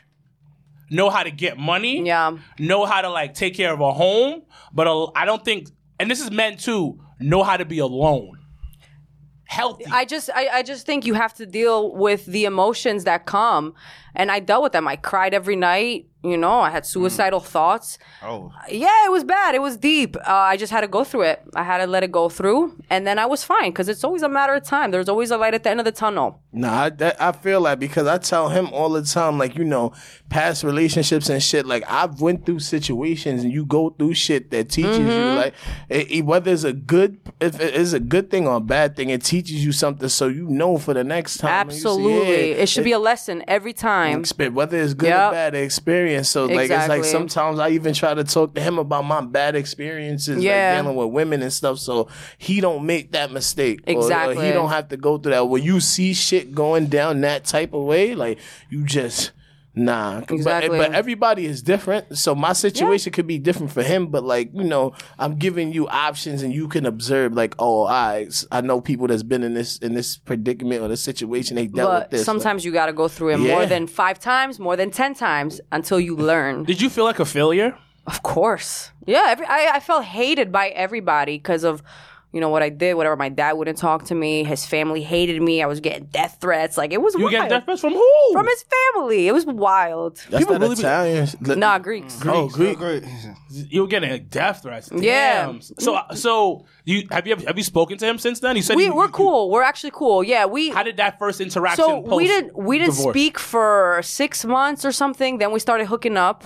know how to get money,
Yeah.
know how to like take care of a home. But a, I don't think, and this is men too, know how to be alone, healthy.
I just I, I just think you have to deal with the emotions that come and I dealt with them. I cried every night, you know, I
Mm.
had suicidal thoughts.
Oh.
Yeah, it was bad. It was deep. Uh, I just had to go through it. I had to let it go through and then I was fine because it's always a matter of time. There's always a light at the end of the tunnel.
nah, I, that, I feel that because I tell him all the time, like you know, past relationships and shit. Like I've went through situations, and you go through shit that teaches
Mm-hmm.
you, like it, it- whether it's a good, if it is a good thing or a bad thing, it teaches you something, so you know for the next time. and you say,
Absolutely.
yeah,
It should be a lesson every time.
expe- whether it's good
Yep.
or bad experience. So like it's like
Exactly.
sometimes I even try to talk to him about my bad experiences,
Yeah.
like dealing with women and stuff, so he don't make that mistake. Or- Or,
Exactly.
he don't have to go through that. When you see shit going down that type of way, like you just Nah, But-
Exactly.
but, everybody is different, so my situation could be different for him. But like you know, I'm giving you options, and you can observe. Like, oh, I I know people that's been in this in this predicament or this situation. They dealt with
But
this. Like,
sometimes you got to go through it more
Yeah.
than 5 times, more than 10 times until you learn.
Did you feel like a failure?
Of course. Yeah, every, I, I felt hated by everybody because of, you know, what I did, whatever. My dad wouldn't talk to me. His family hated me. I was getting death threats. Like, it was
You
wild.
get death threats from who?
From his family. It was wild.
That's
People
not
really be-
Italians. Let-
Nah, Greeks.
Oh, Greek.
Great.
you were getting like, death threats.
Yeah. Mm-hmm.
Damn. So so you have you have you spoken to him since then? You said
We,
you-
we're
you-
cool. We're actually cool. Yeah, we.
How did that first interaction?
so we
post-
didn't we didn't
divorce?
speak for six months or something. Then we started hooking up,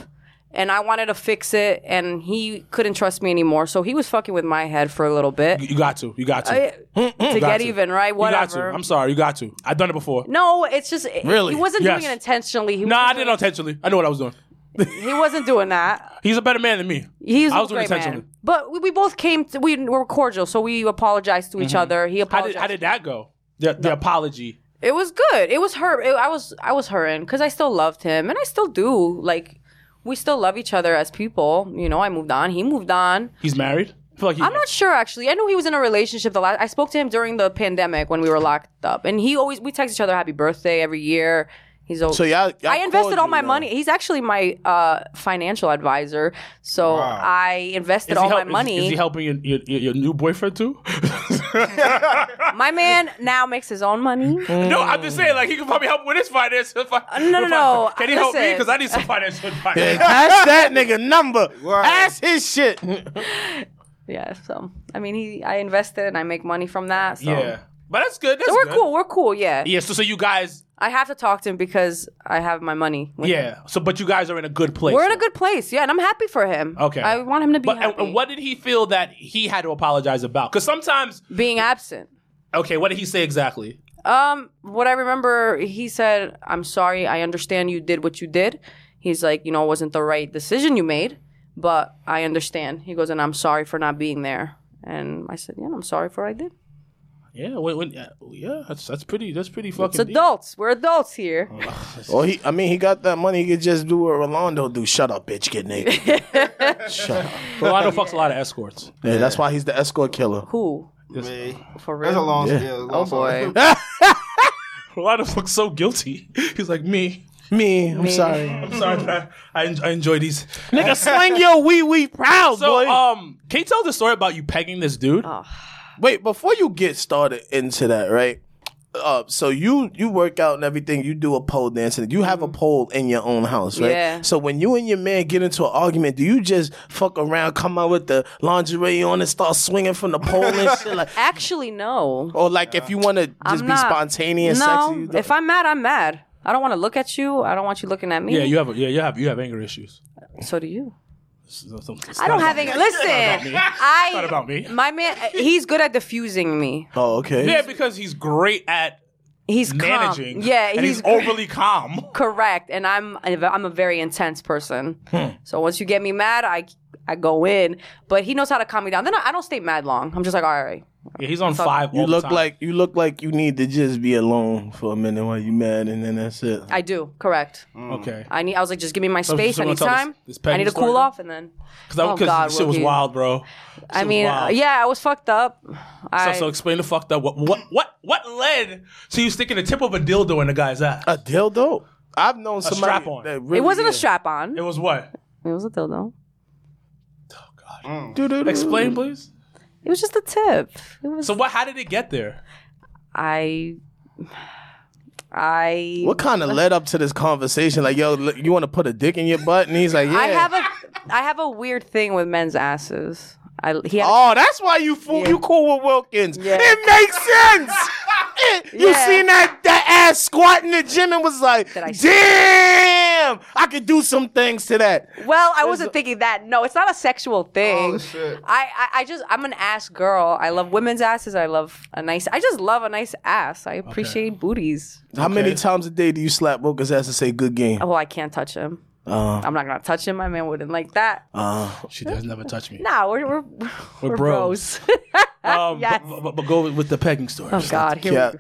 and I wanted to fix it, and he couldn't trust me anymore. So he was fucking with my head for a little bit
You got to. You got to.
I- to get
to.
even, right?
you
Whatever.
got to. I'm sorry. You got to. I've done it before.
No, it's just
Really?
He wasn't
Yes.
doing it intentionally. He
No, I
wasn't
did it intentionally. I know what I was doing.
doing- He wasn't doing that.
He's a better man than me.
He's
I
I
was doing it intentionally.
But we, we both came. To, we were cordial, so we apologized to each other. He
Mm-hmm. How
apologized.
did, how did that go? The, the apology.
it was good. It was her. it- I was I was hurting because I still loved him, and I still do. Like we still love each other as people. You know, I moved on. He moved on.
He's married. I feel like he,
I'm not sure actually. I knew he was in a relationship. The last I spoke to him during the pandemic when we were locked up, and he always we text each other happy birthday every year. He's always,
So y'all, y'all
I invested
cordial
all my
now.
money. He's actually my uh, financial advisor, so I invested
Is he
all
help-
my
is-
money.
Is, he helping your, your, your your new boyfriend too?
my man now makes his own money.
no, I'm just saying, like, he could probably help with his finances. If I-
Uh, no,
if I-
no.
Can he help me?
Listen.
Because I need some financial advice.
Ask that nigga number.
Word.
Ask his shit.
yeah, so I mean, he I invested and I make money from that. So.
Yeah. But that's good. That's
So we're
good.
cool. We're cool. Yeah.
Yeah, so, so you guys,
I have to talk to him because I have my money. with him.
yeah. So, but you guys are in a good place.
We're in a good place. Yeah, and I'm happy for him.
Okay.
I want him to be
But and,
happy.
and what did he feel that he had to apologize about? Because sometimes,
Being absent.
okay, what did he say exactly?
Um, what I remember, he said, "I'm sorry. I understand you did what you did." He's like, you know, it wasn't the right decision you made, but I understand. He goes, and I'm sorry for not being there. And I said, yeah, I'm sorry for what I did.
Yeah, when, when, uh, yeah, that's that's pretty. That's pretty
It's
fucking. deep.
adults. We're adults here.
Oh,
Well, Oh, he, I mean, he got that money. He could just do what Rolando do. Shut up, bitch. Get naked. Shut up.
Rolando fucks a lot of escorts.
Yeah, that's why he's the escort killer.
Who?
Me.
For real?
That's a long
Yeah.
yeah, long
oh
story.
boy.
Rolando fucks so guilty. He's like me.
Me, I'm sorry.
I'm sorry, but I, I, en- I enjoy these.
Nigga, slang your wee wee proud,
So,
uh,
boy.
um, can you tell the story about you pegging this dude?
Oh.
Wait, before you get started into that, right? Uh, so you you work out and everything. You do a pole dance and you have a pole in your own house, right?
Mm-hmm. Yeah.
So when you and your man get into an argument, do you just fuck around, come out with the lingerie on and start swinging from the pole and shit? Like,
Actually, no.
or like if you want to just
I'm
be
not-
spontaneous,
No,
sexy? you do-
if I'm mad, I'm mad. I don't want to look at you. I don't want you looking at me.
Yeah, you have. Yeah, you have. You have anger issues.
so do you.
It's- it's- it's
I don't
not
have
about
any.
me.
Listen, I.
not about me.
My man, he's good at diffusing me.
oh, okay.
Yeah, because he's great at
He's calm.
managing.
Yeah,
and he's,
he's
overly calm.
Correct, and I'm I'm a very intense person.
Hmm.
So once you get me mad, I I go in. But he knows how to calm me down. Then I, I don't stay mad long. I'm just like, all right,
Yeah, he's on five.
You look like you look like you need to just be alone for a minute while you mad, and then that's it.
I do. Correct.
okay.
I need. I was like, just give me my
you
space.
still
I need
gonna tell
time.
Hmm. this- this
I need to
Peggy
cool
story?
off, and then. oh
Because
God,
shit was
Wookie.
wild, bro.
I mean,
wow.
yeah, I was fucked up.
So,
I,
so explain the fuck that. What what what what led to you sticking the tip of a dildo in a guy's ass?
A dildo. I've known somebody
strap-on.
that
it
really-
wasn't
yeah.
a strap on.
it
It
was what?
was a dildo.
Doo-doo-doo.
Explain, please.
It was just a tip. It was
So what? How did it get there?
I. I.
What kind of led up to this conversation? Like, yo, look, you want to put a dick in your butt? And he's like, yeah.
I have a. I have a weird thing with men's asses. I he had,
Oh, that's why you fool. You cool with Wilkins.
Yeah.
It makes sense. It- you
Yeah.
seen that that ass squat in the gym and was like,
That I-
damn, I could do some things to that.
Well, I wasn't thinking that. No, it's not a sexual thing.
Oh, shit.
I, I, I just I'm an ass girl. I love women's asses. I love a nice. I just love a nice ass. I appreciate booties.
How many times a day do you slap Wilkins' ass and say, good game? Uh,
Oh, I can't touch him. I'm not gonna touch him. My man wouldn't like that.
She does never touch me.
nah, we're we're, we're, bros.
bros. Um,
Yes.
but, but, but go with the pegging story.
oh God, here
Yeah.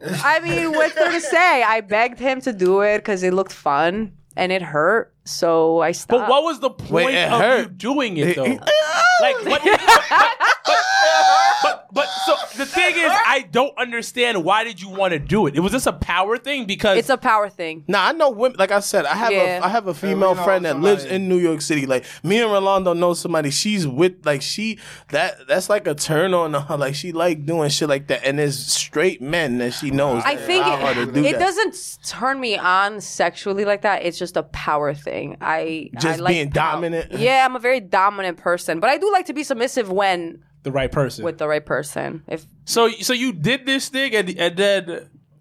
we go. I mean, what's there to say? I begged him to do it because it looked fun and it hurt, so I stopped.
But what was the point
Wait, it
of you
hurt.
doing it though? like what? But, but, but, but so the thing is, I don't understand why did you want to do it? It was this a power thing because
it's a power thing.
Now I know women. Like I said, I have
Yeah.
a I have a female
know
friend that lives
somebody.
in New York City. Like me and Rolando know somebody. She's with like she that that's like a turn on her. Like she like doing shit like that, and it's straight men that she knows.
I
that
think
allow her
it,
to do
it
that.
doesn't s- turn me on sexually like that. It's just a power thing. I
Just
I like
being
pow-
dominant?
Yeah, I'm a very dominant person, but I do like to be submissive when
the right person.
with the right person. If
so so you did this thing and, and then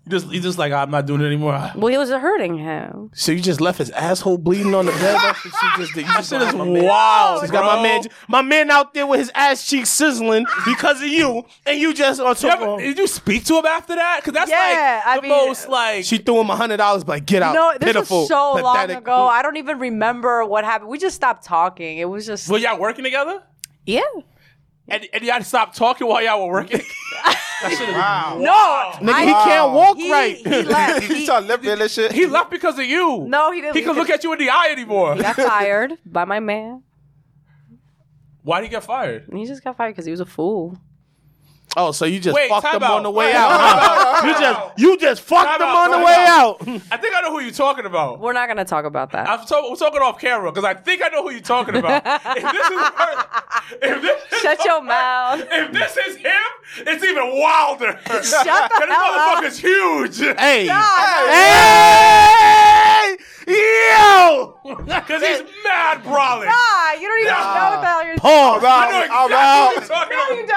you just you just like "Ah, I'm not doing it anymore.
well, he was hurting him.
So you just left his asshole bleeding on the bed. That's what she just did. You just
Shit is
got my man-
wild.
She's got my man, my man out there with his ass cheeks sizzling because of you, and you just on top
Ever-
of him.
did you speak to him after that? Because that's
Yeah,
like
I
the
mean-
most like
She threw him a hundred dollars, like get out.
No, this
Pitiful,
was so
pathetic.
long ago. I don't even remember what happened. We just stopped talking. It was just
were y'all working together?
yeah.
And, and y'all stopped talking while y'all were working.
Wow.
No,
Nigga,
I-
he can't walk
he-
right.
He left.
You
He,
start lip in this shit.
he left because of you.
No, he didn't
He could
leave
look at you in the eye anymore.
got fired by my man.
Why did he get fired?
He just got fired because he was a fool.
Oh, so you just
Wait,
fucked
time
them
out.
on the way
Wait,
out.
time
huh? you just you just fucked
Time
them
out,
on the
time
way
out.
out.
I think I know who you're talking about.
We're not gonna talk about that.
I'm, talk- I'm talking off camera because I think I know who you're talking about. if this is her, if this is
Shut your
her-
mouth.
If this is him, it's even wilder. Shut the
hell up.
motherfucker's huge.
Hey,
hey, yo, because he's mad brawling.
Ah, you don't even know what the hell you're
Paul,
I know
I'm
exactly
out.
who you're talking
No,
about.
you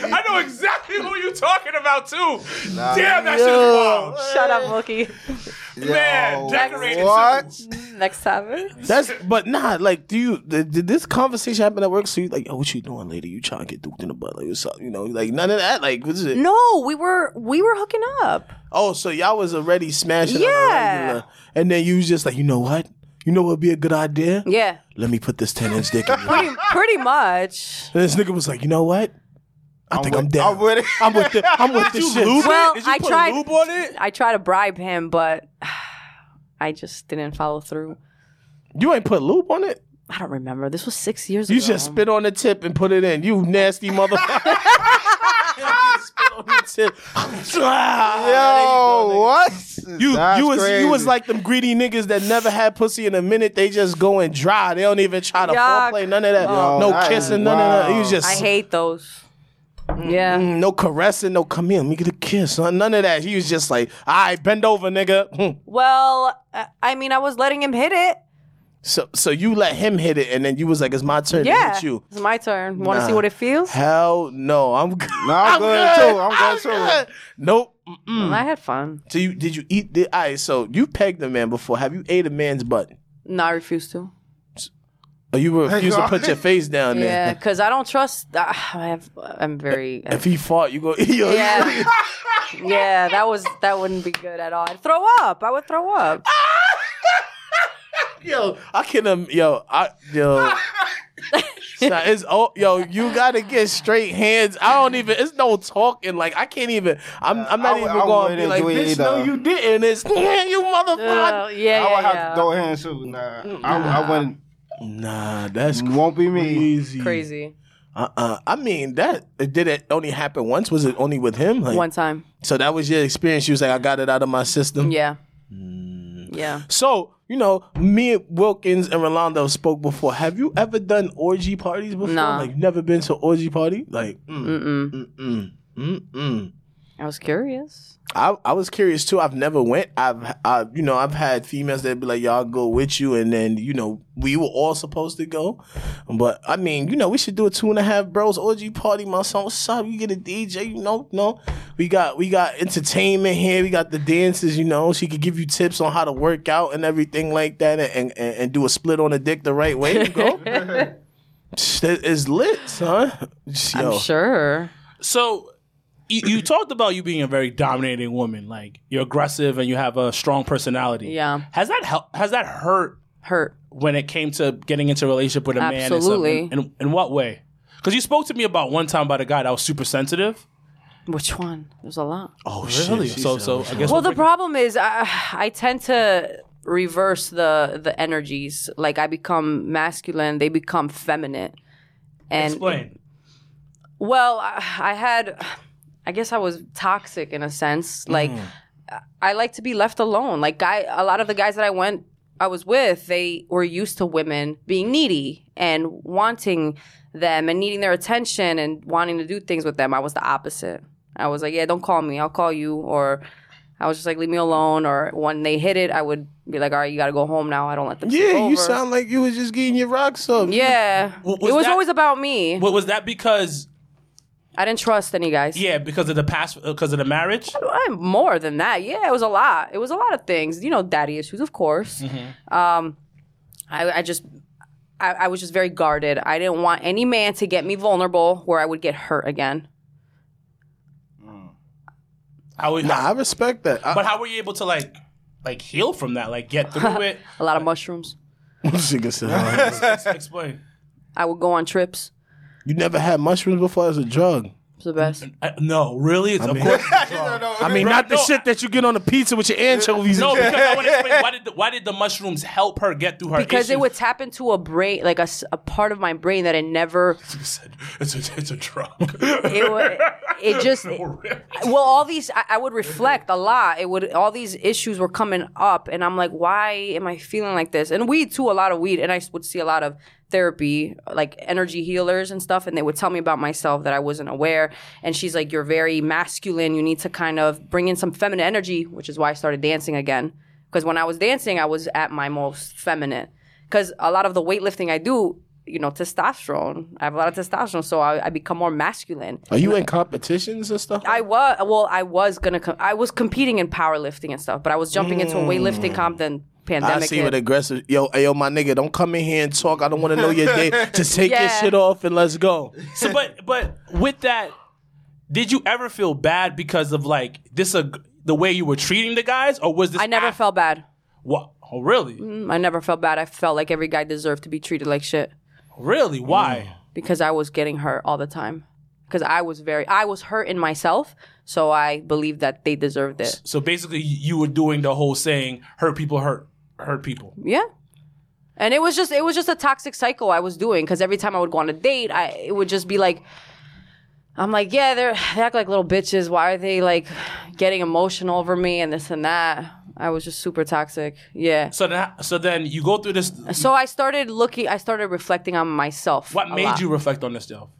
don't.
I know exactly who you're talking about too. Damn, that shit's wild.
Shut up, Mookie.
Man,
Yo,
decorated
What?
Next time.
that's but nah. Like, do you did, did this conversation happen at work? So you like, oh, what you doing, lady? You trying to get duped in the butt? Like, what's up? You know, like none of that. Like, what's it?
No, we were we were hooking up.
Oh, so y'all was already smashing. Yeah,
Yeah.
and then you was just like, you know what? You know what would be a good idea?
Yeah,
Let me put this ten inch dick in. you. and
pretty, pretty much.
this nigga was like, you know what? I think I'm down.
I'm with it.
I'm with the, I'm with this shit.
Well,
Did you
I
put
tried.
lube on it?
I tried to bribe him, but I just didn't follow through.
You ain't put lube on it.
I don't remember. This was six years
You
ago.
just spit on the tip and put it in. You nasty motherfucker. You spit on the tip. Ah, there you go,
Yo,
nigga.
what? is-
You
that's
you was you was
crazy.
like them greedy niggas that never had pussy in a minute. They just going dry. They don't even try to
Yuck.
foreplay. None of that.
Yo,
no
that
kissing.
is
None of that. You
wild.
just mm,
I hate those. Mm. Yeah.
no caressing. No come here. Let me get a kiss. huh? None of that. He was just like, all right, bend over, nigga. Hmm.
Well, I- I mean, I was letting him hit it.
So so you let him hit it, and then you was like, it's my turn to
Yeah.
hit you.
It's my turn. Want to
Nah.
see what it feels?
Hell no, I'm good.
No, I'm good, too. I'm good, too.
Nope.
I had fun.
So you did you eat the? All right. So you pegged a man before. Have you ate a man's butt?
No, I refuse to.
Or you refuse to
God.
put your face down there.
Yeah, because I don't trust. I have. I'm very.
If he fought, you go. Yo,
Yeah. yeah, that was that wouldn't be good at all. I'd throw up. I would throw up.
yo, I can. Um, yo, I yo. Nah, it's oh, yo. You gotta get straight hands. I don't even. It's no talking. Like I can't even. I'm. I'm not
I
even
would- I
going to be
wouldn't
like,
do it
bitch. No,
either.
you didn't. It's you
Uh, yeah,
motherfucker.
yeah,
I would have
yeah.
to throw hands too. Nah, I, I wouldn't.
Nah, that's
Mm.
Won't be me.
crazy.
Crazy.
Uh, uh I mean that. Did it only happen once? Was it only with him? Like,
One time.
So that was your experience. You was like, I got it out of my system.
Yeah. Yeah.
So, you know, me, Wilkins, and Rolando spoke before. Have you ever done orgy parties before?
Nah.
Like, never been to orgy party? Like, mm,
Mm-mm.
mm, mm, mm.
I was curious.
I, I was curious too. I've never went. I've, I, you know, I've had females that be like, "Y'all go with you," and then you know, we were all supposed to go, but I mean, you know, we should do a two and a half bros orgy party. My son, what's up? You get a DJ, you know, no, we got we got entertainment here. We got the dances, you know. She could give you tips on how to work out and everything like that, and and, and do a split on the dick the right way. You go, it's lit, son. Yo.
I'm sure.
So you, you talked about you being a very dominating woman, like you're aggressive and you have a strong personality.
Yeah.
Has that help? Has that hurt
Hurt.
when it came to getting into a relationship with a man? and stuff?
Absolutely.
In, in, in what way? Because you spoke to me about one time about a guy that was super sensitive.
Which one? There's a lot.
Oh
Really?
shit.
So, so I guess.
Well, the problem is I, I tend to reverse the the energies. Like I become masculine, they become feminine. And
explain.
well, I, I had, I guess I was toxic in a sense. Like
Mm.
I- I like to be left alone. Like guy, a lot of the guys that I went, I was with, they were used to women being needy and wanting them and needing their attention and wanting to do things with them. I was the opposite. I was like, yeah, don't call me. I'll call you. Or I was just like, leave me alone. Or when they hit it, I would be like, all right, you got to go home now. I don't let them. sleep
Yeah, you
over."
sound like you was just getting your rocks up.
Yeah,
W- was
it was
that-
always about me.
Wa- was that because?
I didn't trust any guys.
Yeah, because of the past, because of the marriage.
Uh, more than that. Yeah, it was a lot. It was a lot of things. You know, daddy issues, of course. Um, I, I just, I, I was just very guarded. I didn't want any man to get me vulnerable where I would get hurt again.
How, we-
Nah, I respect that. I,
but how were you able to like, like heal from that? Like get through it.
A lot of mushrooms.
She can say, "Oh,
Ex- explain.
I would go on trips.
you never had mushrooms before as a drug.
It's the best.
Uh, no, really? It's, of course.
I mean, not the
no,
shit that you get on the pizza with your anchovies.
No,
and shit.
because I want to explain why did the, why did the mushrooms help her get through her
Because it
issues?
would tap into a brain, like a, s- a part of my brain that it never,
It's a, it's a drug.
it, would, it just, well all these I, I would reflect a lot it would all these issues were coming up and i'm like why am i feeling like this and weed too a lot of weed and i would see a lot of therapy like energy healers and stuff and they would tell me about myself that i wasn't aware and she's like you're very masculine you need to kind of bring in some feminine energy which is why i started dancing again because when i was dancing i was at my most feminine because a lot of the weightlifting i do you know testosterone i have a lot of testosterone so i, I become more masculine
Are you in competitions and stuff?
I was well. I was gonna. Com- I was competing in powerlifting and stuff, but I was jumping into a weightlifting comp. Then
Mm. I
pandemic.
see
hit.
what aggressive. Yo, yo, my nigga, don't come in here and talk. I don't want to know your day. Just take your
Yeah.
shit off and let's go.
so, but but with that, did you ever feel bad because of like this a the way you were treating the guys, or was this?
I never Mm. felt bad.
What? Oh, really?
I never felt bad. I felt like every guy deserved to be treated like shit
Really? Why?
because I was getting hurt all the time. Because I was very, I was hurting myself, so I believed that they deserved it.
So basically, you were doing the whole saying "hurt people hurt hurt people."
Yeah. And it was just it was just a toxic cycle I was doing because every time I would go on a date, I it would just be like, I'm like, yeah, they're they act like little bitches. Why are they like getting emotional over me and this and that? I was just super toxic. Yeah.
So then, so then you go through this.
So I started looking. I started reflecting on myself.
What
a
made
lot.
you reflect on this, though?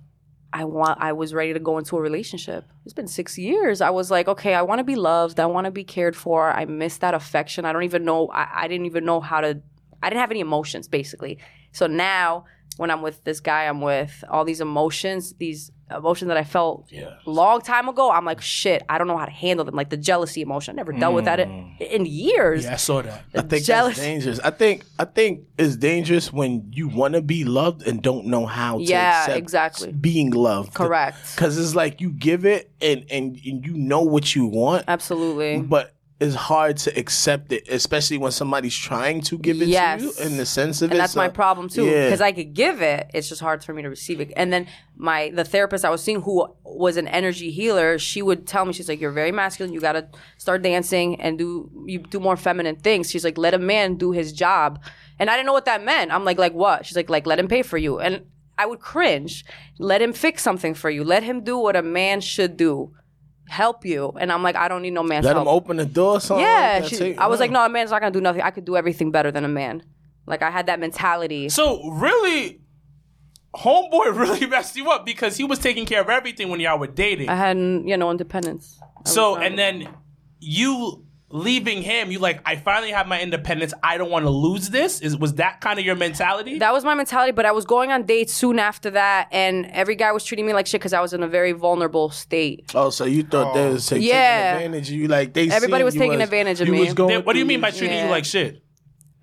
I want I was ready to go into a relationship. It's been 6 years. I was like, okay, I want to be loved. I want to be cared for. I miss that affection. I don't even know I, I didn't even know how to I didn't have any emotions basically. So now when I'm with this guy I'm with, all these emotions, these emotions that I felt long time ago, I'm like, shit, I don't know how to handle them. Like the jealousy emotion. I never dealt with that in, in years.
Yeah, I saw that.
The
I think
jealous-
that's dangerous. I think I think it's dangerous when you want to be loved and don't know how to
Yeah,
accept
exactly.
being loved.
Correct.
Cuz it's like you give it and, and and you know what you want,
Absolutely.
but it's hard to accept it, especially when somebody's trying to give it
Yes.
to you in the sense of it.
and that's
so-
my problem too
Yeah.
because i could give it it's just hard for me to receive it and then my the therapist i was seeing who was an energy healer she would tell me she's like you're very masculine you gotta start dancing and do you do more feminine things she's like let a man do his job and i didn't know what that meant i'm like like what she's like like let him pay for you and i would cringe let him fix something for you let him do what a man should do help you and i'm like i don't need no man's
Let
help
him open the door. Something
yeah,
like that, too.
she- I was
Yeah.
like, no, a man's not gonna do nothing. I could do everything better than a man. Like I had that mentality.
So really, homeboy really messed you up because he was taking care of everything when y'all were dating.
I had, you know, independence. I
so
was, um,
and then you leaving him, you like, I finally have my independence. I don't want to lose this. Is was that kind of your mentality?
that was my mentality. But I was going on dates soon after that, and every guy was treating me like shit because I was in a very vulnerable state.
Oh, so you thought they was taking
Yeah.
advantage of you? Like they
Everybody
seen
was
you
taking advantage of
you
me.
was going
Then what do you
through
mean by
this-
treating you
Yeah.
like shit?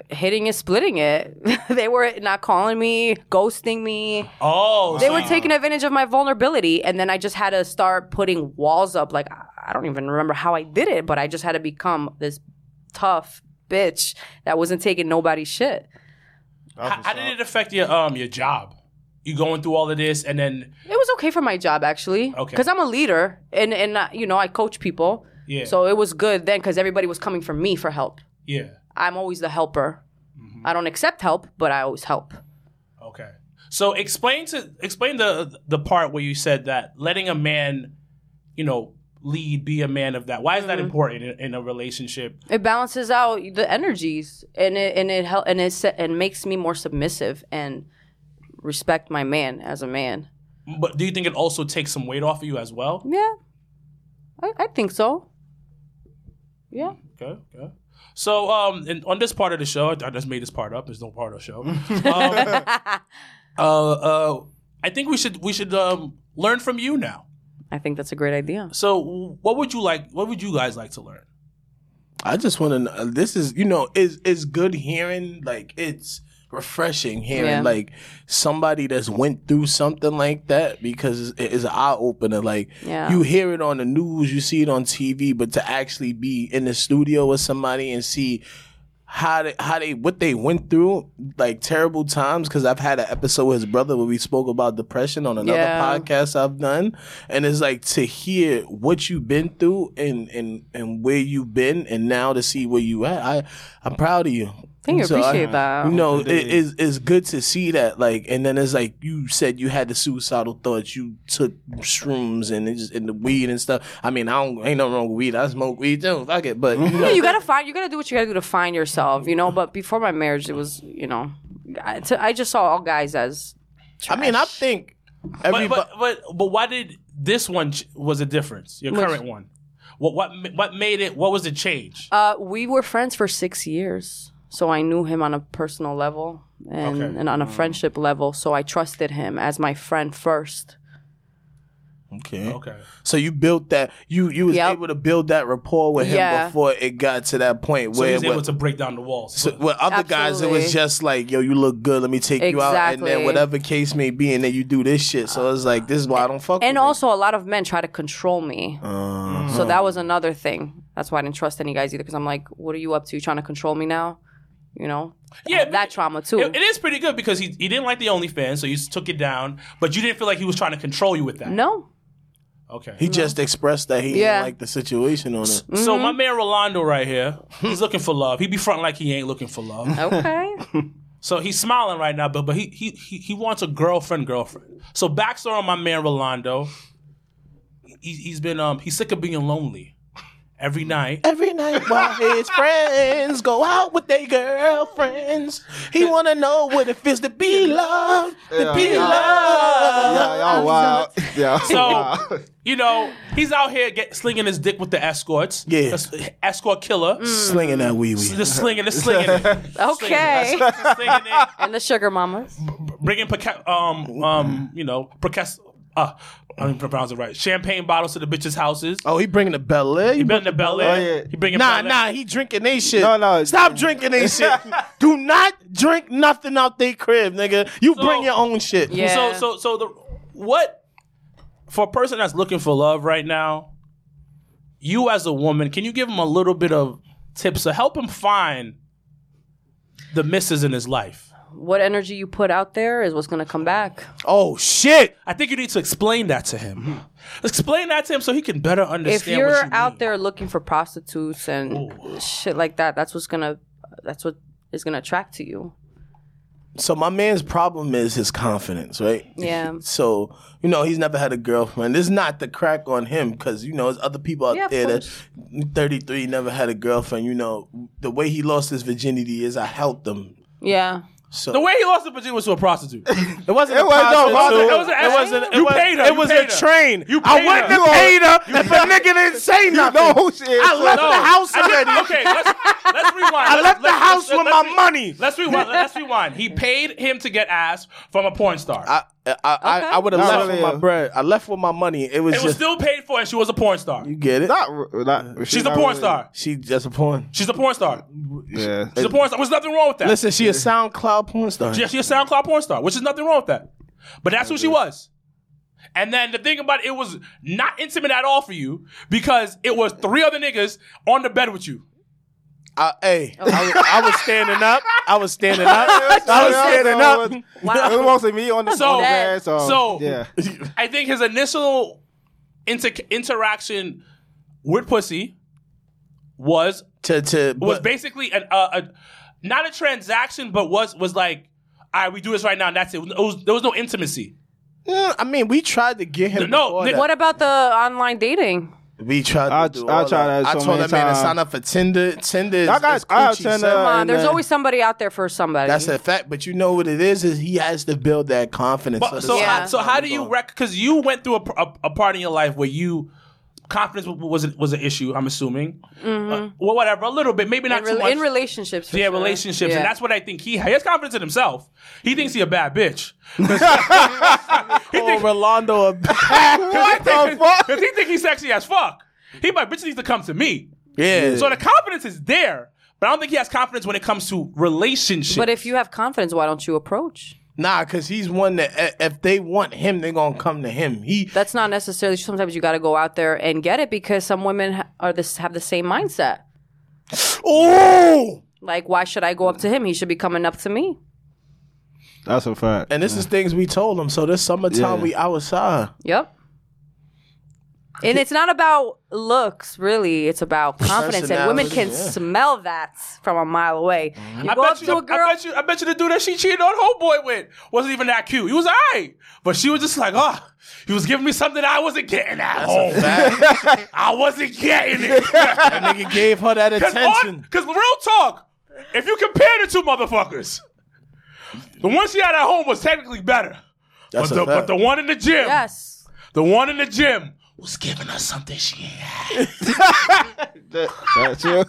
Hitting and splitting it. they were not calling me, ghosting me.
Oh,
They
so
were
you-
taking advantage of my vulnerability, and then I just had to start putting walls up. Like I- I don't even remember how I did it, but I just had to become this tough bitch that wasn't taking nobody's shit.
How, how did it affect your um your job? You going through all of this and then
It was okay for my job actually,
Okay.
because I'm a leader and and uh, you know I coach people,
yeah
so it was good then because everybody was coming for me for help.
yeah
I'm always the helper.
Mm-hmm.
I don't accept help, but I always help.
okay. So explain to explain the the part where you said that letting a man, you know, lead, be a man of that. Why is that important in, in a relationship?
It balances out the energies and it and it help and it se- and makes me more submissive and respect my man as a man.
But do you think it also takes some weight off of you as well?
Yeah, I, I think so. Yeah,
Okay, okay. So um, and on this part of the show, I just made this part up. There's no part of the show. Um, uh, uh, I think we should we should um, learn from you now.
I think that's a great idea.
So what would you like? What would you guys like to learn?
I just want to. know This is you know is is good hearing. Like it's refreshing hearing
Yeah.
like somebody that's went through something like that because it is an eye opener. Like
Yeah.
you hear it on the news, you see it on TV, but to actually be in the studio with somebody and see how they, how they what they went through like terrible times because I've had an episode with his brother where we spoke about depression on another
Yeah.
podcast I've done and it's like to hear what you've been through and and and where you've been and now to see where you at I I'm proud of you
Thank you,
So I-
appreciate that.
you know it is it's good to see that like and then it's like you said you had the suicidal thoughts you took shrooms and it just and the weed and stuff I mean I don't ain't nothing wrong with weed I smoke weed too fuck it but you know
Yeah, you gotta find. You gotta do what you gotta do to find yourself, you know. But before my marriage, it was, you know, I, to, I just saw all guys as.
I mean I think everybody.
But, but but but why did this one ch- was a difference? Your
Which-
current one. What what ma- what made it? What was the change?
Uh, we were friends for six years, so I knew him on a personal level and,
Okay. Mm.
and on a friendship level. So I trusted him as my friend first.
Okay.
okay.
So you built that you you was
Yep.
able to build that rapport with him
Yeah.
before it got to that point
So he
where
was able
where-
to break down the walls.
so- where other guys it
Absolutely.
was just like yo you look good let me take you out and then
Exactly.
whatever case may be and then you do this shit so it's like this is why I don't fuck
And
with
also, a lot of men try to control me.
Uh-huh.
So that was another thing. That's why I didn't trust any guys either, because I'm like, what are you up to? You trying to control me now? You know? I
Yeah,
had that
but-
trauma too.
It- it is pretty good because he, he didn't like the OnlyFans, so you s- took it down. But you didn't feel like he was trying to control you with that.
no,
Okay.
He just expressed that he
Yeah.
didn't like the situation on it.
So
Mm-hmm.
my man Rolando right here, he's looking for love. He be fronting like he ain't looking for love.
okay.
So he's smiling right now, but but he he he, he wants a girlfriend, girlfriend. So backstory on my man Rolando. He, he's been um he's sick of being lonely, every night.
Every night while his friends go out with their girlfriends, he wanna know what it feels to be loved, to
Yeah.
be
Yeah.
loved.
Yeah, y'all wild. Yeah.
So you know he's out here get, slinging his dick with the escorts.
Yeah.
That's- escort killer.
Slinging that wee wee.
Just slinging, just slinging it,
Okay.
slinging it,
and the sugar mamas.
bringing perca- um um you know percast uh I mean, Browns are right. Champagne bottles to the bitches' houses.
Oh, he bringing the Bel Air.
He bringing the Bel Air.
Oh, yeah.
He bringing
Nah,
Bel Air.
nah, he drinking they shit.
No, no.
Stop drinking they shit. Do not drink nothing out they crib, nigga. You bring your own shit.
Yeah.
So so so the what for a person that's looking for love right now, you as a woman, can you give him a little bit of tips to help him find the misses in his life?
What energy you put out there is what's gonna come back.
Oh shit.
I think you need to explain that to him. Explain that to him so he can better understand.
Mm-hmm. if you're
what you
out
mean.
there looking for prostitutes and shit like that, that's what's gonna that's what is gonna attract to you.
So my man's problem is his confidence, right?
Yeah.
So you know he's never had a girlfriend. It's not the crack on him because you know there's other people out
Yeah, of
there that 33 never had a girlfriend. You know the way he lost his virginity is I helped him.
Yeah.
So
the way he lost the virginity was to a prostitute.
it wasn't.
It wasn't no
prostitute.
prostitute.
It was an
It wasn't.
escort.
It
You
was,
paid her.
It
You
was
paid
a
her.
train.
You
I
paid
wouldn't
her.
have paid her if a nigga didn't say nothing.
know she is.
I left
No.
the house
I
already.
think- okay, let's, let's rewind.
I
Let's-
left the
let's-
house
let's- let's-
with
let's
my
re-
money.
Let's rewind. Let's rewind. He paid him to get ass from a porn star.
I I, I, I would have
Okay.
left with my
Yeah.
bread. I left with my money. It was
it
just
was still paid for, and she was a porn star.
you get it.
Not, not,
She's a
not
porn
really-
star.
She just a porn.
She's a porn star.
Yeah.
She's a porn star. There's nothing wrong with that.
Listen, she a SoundCloud porn star.
Yeah, she's a SoundCloud porn star, which is nothing wrong with that. But that's who she was. And then the thing about it, it was not intimate at all for you because it was three other niggas on the bed with you.
I, hey,
Oh,
I, was- I was standing up. I was standing up. I was standing
Yeah,
up.
so It was, it was mostly me on the
So-
on the bed, so,
So
yeah.
I think his initial inter- interaction with pussy was
To to
was
but-
basically an, uh, a not a transaction, but was was like, all right, we do this right now, and that's it. It was, there was no intimacy.
Mm, I mean, we tried to get him.
No,
before
Nick-
that.
What about the online dating?
Oh,
we tried. To
I-
do
I
all
tried that
I
so
told
many
that man to
times.
sign up for Tinder. Tinder. Is,
I got-
is
I have
coochie,
Tinder.
son.
Come on,
And,
there's
uh,
always somebody out there for somebody.
That's a fact. But you know what it is? Is he has to build that confidence.
But, so,
Yeah.
how, so how do you rec? Because you went through a, a, a part in your life where you confidence w- was was an issue. I'm assuming. Uh, well, whatever, a little bit, maybe not
Mm-hmm. in,
too
rela-
much.
in relationships. For
yeah,
sure.
relationships,
Yeah.
and that's what I think he has. He has confidence in himself. He thinks he a bad bitch.
oh, Rolando? a-
What
the fuck?
Because he think he's sexy as fuck. He like bitch needs to come to me.
yeah.
So the confidence is there, but I don't think he has confidence when it comes to relationships.
But if you have confidence, why don't you approach?
nah, because he's one that i- if they want him, they're gonna come to him. He
That's not necessarily. Sometimes you got to go out there and get it because some women ha- are this have the same mindset.
oh.
Like, why should I go up to him? He should be coming up to me.
That's a fact.
And this is things we told him. So this summertime,
Yeah.
we outside.
Yep. And it's not about looks, really. It's about confidence, and women can
Personality, yeah.
smell that from a mile away. You
Mm-hmm. I
go up
bet,
to
you, I,
a girl.
bet you, I bet you the dude that she cheated on homeboy with wasn't even that cute. He was alright, but she was just like, oh, he was giving me something I wasn't getting at home. I wasn't getting it.
Oh, That nigga gave her that attention.
Because real talk, if you compare the two motherfuckers, the one she had at home was technically better,
That's
but
a
the, but
fact.
the one in the gym,
yes.
the one in the gym was giving her something she ain't had.
That- that's you.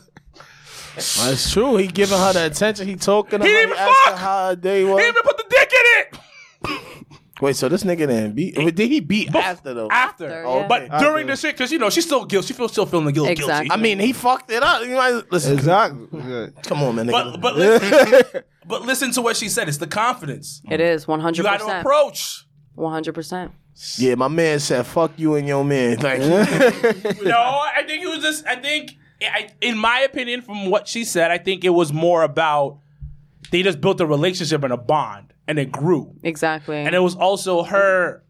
That's true. He giving her the attention. He talking. to
He
her,
didn't even
asked her
fuck.
How her day
He
was.
didn't even put the dick in it.
Wait, so this nigga didn't beat? But did he beat after though?
After,
After, yeah.
but
Okay.
during the shit, because you know she's still guilty. She feels still feeling guilty.
Exactly.
I mean, he fucked it up. You might, listen,
Exactly. Yeah.
come on, man. Nigga.
But but listen, but listen to what she said. It's the confidence.
It is
Mm-hmm. You got to
100%.
approach.
100%.
yeah, my man said, "Fuck you and your man." Like,
No, I think it was just. I think, I, in my opinion, from what she said, I think it was more about they just built a relationship and a bond, and it grew.
Exactly.
And it was also her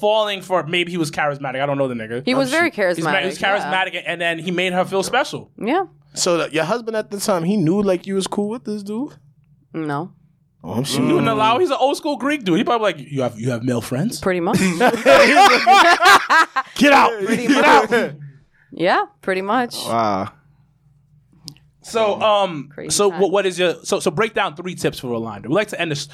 falling for maybe he was charismatic. I don't know the nigga.
he was very charismatic.
Oh, He's ma- He was charismatic, and then he made her feel special.
Yeah.
so the, your husband at the time, he knew like you was cool with this dude.
yeah. No.
Oh, I'm
He
sure.
wouldn't allow. He's an old school Greek dude. He probably like you have you have male friends.
Pretty much.
Get out! Get out!
Yeah, pretty much.
Wow.
So um,
Crazy
so
time.
what, what is your so so break down three tips for Rolando? We like to end this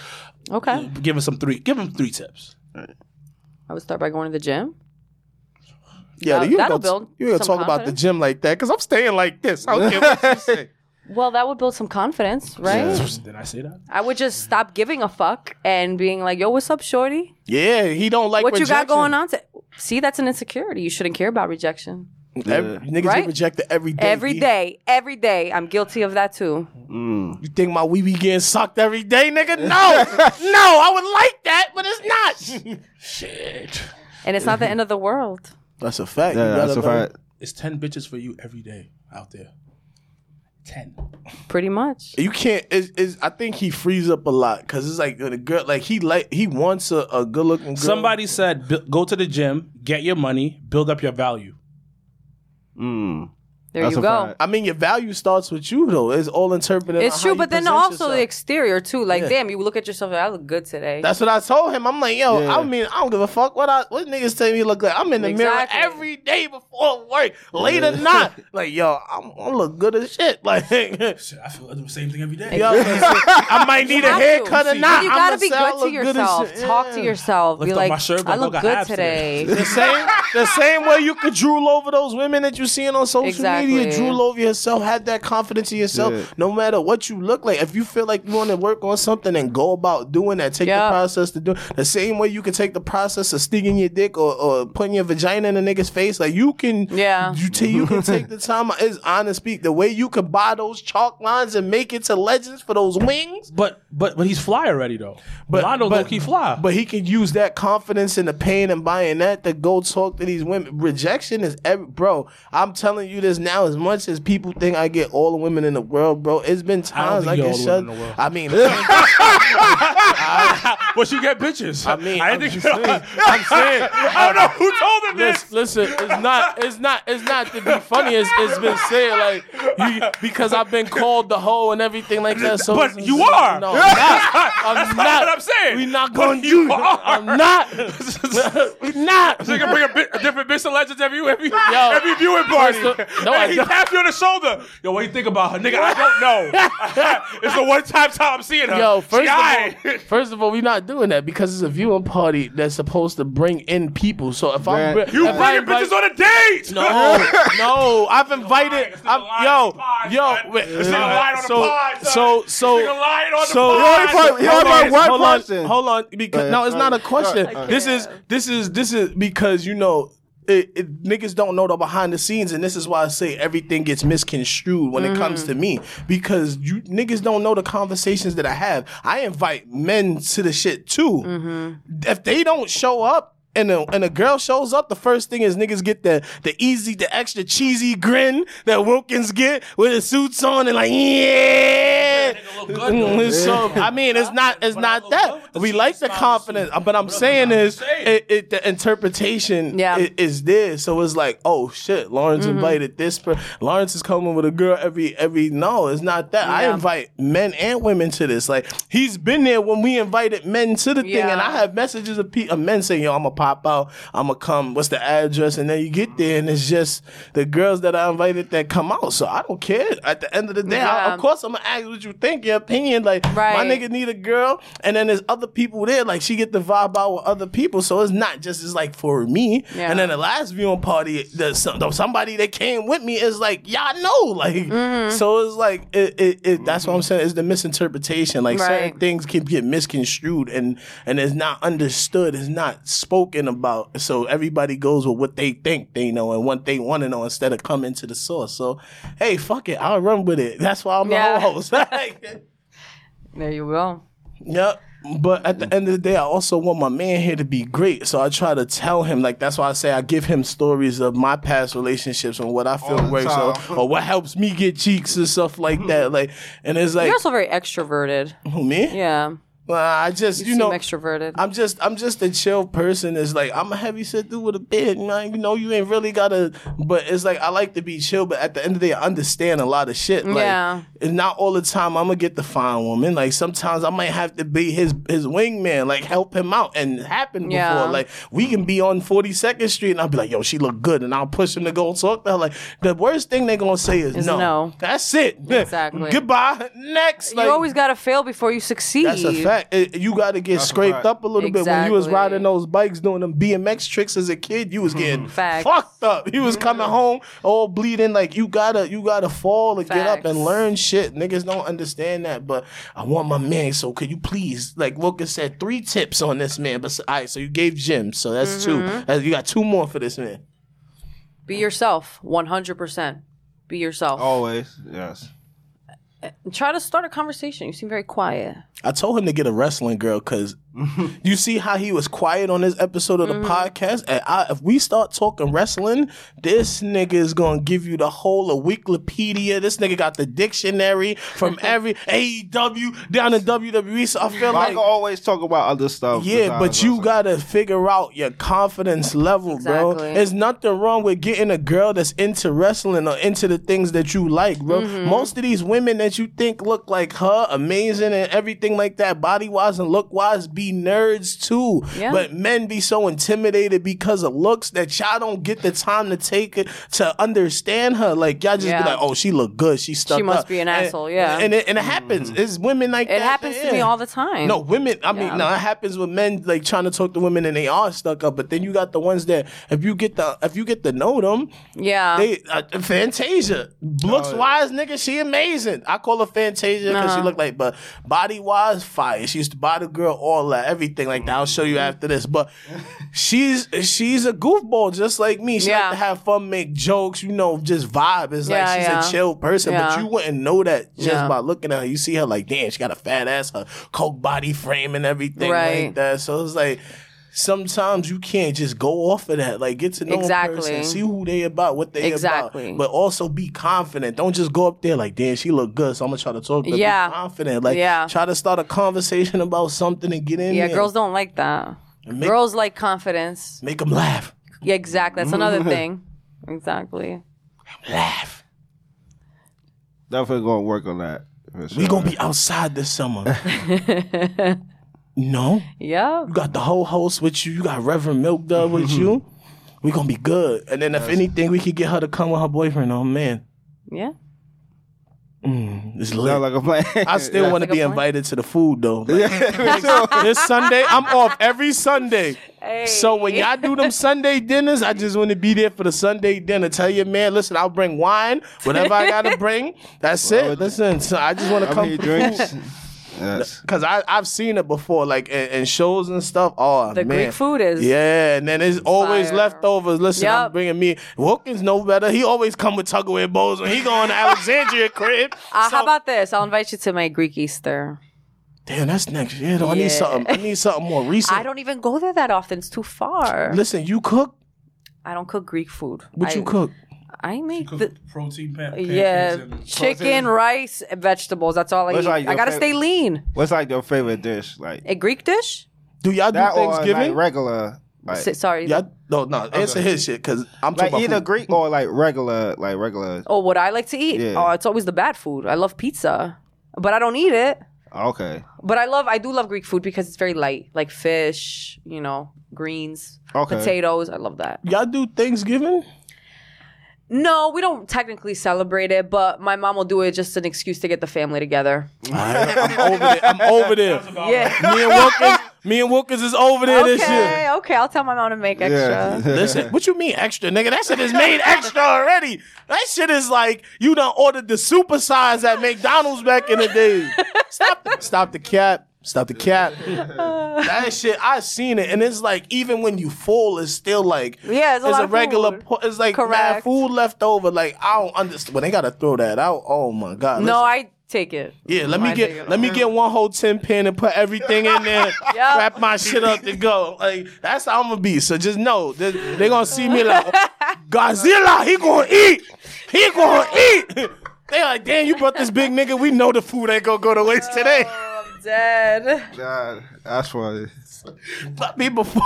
Okay.
giving some three give him three tips.
I would start by going to the gym.
Yeah,
Uh,
you gonna,
that'll build
you gonna
some
talk about the
confidence.
gym like that? Cause I'm staying like this. I don't care what you say.
Well, that would build some confidence, right?
Did I say that?
I would just stop giving a fuck and being like, "Yo, what's up, shorty?
Yeah, he don't like
What you got
rejection.
going on?" To- See, that's an insecurity. You shouldn't care about rejection.
Every, niggas
Right?
get rejected every day.
Every
You-
day, every day, I'm guilty of that too.
You think my wee wee getting sucked every day, nigga? No, no,
Oh,
I would like that, but it's not.
Shit.
And it's not the end of the world.
That's a fact. You
Yeah,
gotta
that's a
learn.
fact.
It's ten bitches for you every day out there. Ten.
Pretty much.
You can't. Is is I think he frees up a lot because it's like the girl, like he like he wants a, a good looking girl.
Somebody said bu- go to the gym, get your money, build up your value.
Mm.
There
That's
you
a
go.
fact.
I mean, your value starts with you though. It's all interpreted.
It's
on
true,
how you
but then
present
also
yourself.
the exterior too. Like, damn, you look at yourself. I look good today.
That's what I told him. I'm like, yo,
Yeah.
I mean, I don't give a fuck what I what niggas tell me look like. I'm in the
Exactly.
mirror every day before work, late or not. Like, yo, I'm, I look good as shit. Like, yo,
Shit, I feel the same thing every day.
I might need a
have
haircut
to.
or not.
you
I'ma
gotta be
say I
good to
look as
yourself.
shit.
Talk
Yeah.
to yourself.
Lift
be
up
like,
my shirt, but
I
I
look
got
good
abs today."
today.
The same, the same way you could drool over those women that you seeing on social media,
Exactly.
drool over yourself, have that confidence in yourself.
Yeah.
No matter what you look like, if you feel like you want to work on something and go about doing that, take
Yeah.
the process to do. The same way you can take the process of sticking your dick or, or putting your vagina in a nigga's face, like you can,
Yeah.
you, t- you can take the time. It's honest speak. The way you could buy those chalk lines and make it to legends for those wings.
But but but he's fly already though. But Rolando low key fly.
But he can use that confidence and the pain and buying that to go talk to these women. Rejection is every bro. I'm telling you this now. As much as people think I get all the women in the world, bro, it's been
don't
times
think
I,
you
get
all the
shut.
women in the world.
I mean,
but you get bitches. I
mean,
I
I'm
didn't
just
think
saying. I'm saying.
I don't know who told him this.
Listen, listen, it's not, it's not, it's not to be funny. It's, it's been said like you, because I've been called the hoe and everything like that. So
But
it's-
you are.
No, I'm not. I'm
That's
not.
not what I'm saying.
We not
But
gonna
you
do.
are.
I'm not. we not.
So you can bring a, bit, a different bitch to Legends every every,
Yo.
every viewing party.
No,
no,
I
and he
don't.
taps you on the shoulder. Yo, what do you think about her, nigga? I don't know. it's the one time time I'm seeing her.
Yo,
She
first
aight.
of all, first of all, we're not doing that because it's a viewing party that's supposed to bring in people. So if I'm
Right.
you
if I
bringing
invite-
bitches on a date.
no, no, I've invited.
It's
I'm,
a lie on
yo,
the pod,
yo,
son.
wait,
It's a lie on the
so,
pod, son.
so,
It's
so,
a lie on the
so,
pod. Yo,
part- yo,
hold
part-
on,
one
hold on,
question.
hold on, because
yeah,
no, it's not a
alright,
question.
alright,
This is,
alright.
this is, this is because you know. It, it, niggas don't know the behind the scenes, and this is why I say everything gets misconstrued when it comes to me because you niggas don't know the conversations that I have. I invite men to the shit too if they don't show up and a, and a girl shows up, the first thing is niggas get the the easy, the extra cheesy grin that Wilkins get with his suits on and like yeah. Mm, so I mean, it's not it's
But I
not
look good
that
with the
we like the
cheesy smile
confidence,
suit.
but I'm
But
saying
I'm
is
saying.
it, it the interpretation
Yeah. Mm-hmm.
i- is there. So it's like oh shit, Lawrence invited this. Per- Lawrence is coming with a girl every every. No, it's not that. I
Yeah.
invite men and women to this. Like he's been there when we invited men to the thing, and
Yeah.
I have messages of, pe- of men saying, "Yo, I'm gonna pop out. I'm gonna come. What's the address?" And then you get there, and it's just the girls that I invited that come out. So I don't care. At the end of the day, I,
Yeah.
of course, I'm gonna ask what you think, your opinion. Like my
Right.
nigga need a girl, and then there's other people there. Like she get the vibe out with other people, so it's not just it's like for me.
Yeah.
And then the last viewing party, the, some, the, somebody that came with me is like, "Y'all know." Like
Mm-hmm.
so, it's like it, it, it, that's what I'm saying. It's the misinterpretation. Like certain
Right.
things can get misconstrued and and it's not understood, it's not spoken about. So everybody goes with what they think they know and what they want to know instead of coming to the source. So hey, fuck it, I'll run with it. That's why I'm the
Yeah.
whole host.
There you go.
Yep. But at the end of the day, I also want my man here to be great. So I try to tell him, like, that's why I say I give him stories of my past relationships and what I feel
the
works or,
time.
or what helps me get cheeks and stuff like that. Like, and it's like,
You're also very extroverted.
who, me?
Yeah.
Well, I just, Mm-hmm. you,
seem
know,
extroverted.
I'm just, I'm just a chill person. It's like I'm a heavy set dude with a beard, man. You know, you ain't really gotta. But it's like I like to be chill. But at the end of the day, I understand a lot of shit. Like,
Yeah.
And not all the time I'm gonna get the fine woman. Like sometimes I might have to be his his wingman, like help him out. And it happened
Yeah.
before. Like we can be on 42nd Street, and I'll be like, yo, she look good, and I'll push him to go talk to her. Like the worst thing they gonna say is,
Is
no.
no.
That's it.
Exactly.
Goodbye. Next. Like,
you always gotta fail before you succeed.
that's a fact. It- you got to get scraped
fact.
up a little bit. When you was
Exactly.
riding those bikes, doing them BMX tricks as a kid, you was getting
Facts.
fucked up. You was coming home all bleeding. Like you gotta, you gotta fall and get up
Facts.
and learn shit. Niggas don't understand that. But I want my man. So could you please, like Wilkins said, three tips on this man. But all right, so you gave Jim. So that's
Mm-hmm.
two. Uh, You got two more for this man.
Be yourself, 100%. Be yourself.
Oh,
Always, yes.
Try to start a conversation. You seem very quiet.
I told him to get a wrestling girl because you see how he was quiet on this episode of the podcast. And I, if we start talking wrestling, this nigga is gonna give you the whole of Wikipedia. This nigga got the dictionary from every AEW down to WWE. So I feel
But I
like
can always talk about other stuff.
yeah, but
besides
you
us.
gotta figure out your confidence level, bro.
Exactly.
There's nothing wrong with getting a girl that's into wrestling or into the things that you like, bro.
Mm-hmm.
Most of these women that you think look like her, amazing and everything like that, body wise and look wise, be nerds too.
Yeah.
But men be so intimidated because of looks that y'all don't get the time to take it to understand her. Like y'all just
Yeah.
be like, oh, she look good, she stuck.
must
up."
be an
And-
asshole, yeah. Mm-hmm.
And it, and it happens. It's women like
It
that.
happens to me
yeah.
all the time.
No, women. I mean, no, it happens with men like trying to talk to women and they are stuck up. But then you got the ones that if you get the if you get to know them,
Yeah.
they uh, Fantasia looks wise, nigga. She amazing. I call her Fantasia because she look like, but body wise, fire. She used to buy the girl all that, everything like that. I'll show you after this. But she's she's a goofball just like me. She
Yeah.
like to have fun, make jokes, you know, just vibe. It's
Yeah,
like she's
yeah.
a chill person,
Yeah.
but you wouldn't know that just
Yeah.
by looking at her. You see her like, damn, she got a fat ass, her coke body frame and everything
Right.
like that. So it's like. Sometimes you can't just go off of that. Like get to know a
Exactly.
person, see who they about, what they
Exactly.
about. But also be confident. Don't just go up there like, damn, she look good, so I'm gonna try to talk to her. Be
Yeah.
confident. Like
Yeah.
try to start a conversation about something and get in
yeah,
there.
girls don't like that.
make-
girls like confidence.
make them laugh.
Yeah, exactly. That's another thing. Exactly.
Laugh.
definitely gonna work on that. for
We
sure.
gonna be outside this summer. no.
Yeah.
You got the whole host with you. You got Reverend Milk Dub with you. we gonna be good. And then if anything, we could get her to come with her boyfriend. Oh man.
Yeah.
It's
Sound
lit.
like a plan.
I still want to
That's a
be
good point.
invited to the food though. Like, this Sunday, I'm off every Sunday. So when y'all do them Sunday dinners, I just want to be there for the Sunday dinner. Tell your man, listen, I'll bring wine, whatever I gotta bring. That's it. Listen, so I just want to
I
come
mean,
for the
drinks. yes.
Cause I I've seen it before, like in, in shows and stuff. Oh,
The
man.
Greek food is-
yeah, and then it's always
Fire.
leftovers. Listen, I'm
Yup.
bringing me Wilkins no better. He always come with tugaway bowls when he going to Alexandria crib.
Uh,
So-
how about this? I'll invite you to my Greek Easter.
damn? That's next year. Though. I
Yeah.
need something. I need something more recent.
I don't even go there that often. It's too far.
Listen, you cook.
I don't cook Greek food.
What
I,
you cook?
I make the,
protein pan- pancakes
yeah
and-
chicken, rice, and vegetables. That's all I
What's
eat.
like
I
your
gotta
favorite-
stay lean.
What's like your favorite dish? Like
A Greek dish?
Do y'all do
that or
Thanksgiving?
like regular? Like,
S- sorry.
y'all, no, no. Answer his shit because I'm
like
talking about
either
food.
Greek or like regular, like regular.
Oh, what I like to eat?
Yeah.
Oh, it's always the bad food. I love pizza, but I don't eat it.
Okay,
But I love, I do love Greek food because it's very light, like fish, you know, greens,
Okay.
potatoes. I love that.
Y'all do Thanksgiving?
No, we don't technically celebrate it, but my mom will do it just an excuse to get the family together.
Alright, I'm over there. I'm over there.
Oh,
Yeah.
Me and Wilkins. Me and Wilkins is over there this year.
Okay, okay. I'll tell my mom to make extra.
yeah.
Listen, what you mean extra, nigga? That shit is made extra already. That shit is like you done ordered the super size at McDonald's back in the day. Stop, stop the cap. Stop the cap. that shit, I seen it, and it's like even when you full, it's still like
Yeah, it's a lot of
regular.
food.
po- it's like mad
Correct.
food left over. Like I don't understand when they gotta throw that out. Oh my god.
No,
listen.
I take it.
Yeah, let me
I dig
get
it.
let me get one whole tin pin and put everything in there. Wrap my shit up to go. Like that's how I'm gonna be. So just know they they gonna see me like Godzilla. He gonna eat. He gonna eat. They like, damn, you brought this big nigga. We know the food ain't gonna go to waste today.
I'm dead.
Nah, that's why.
I mean, before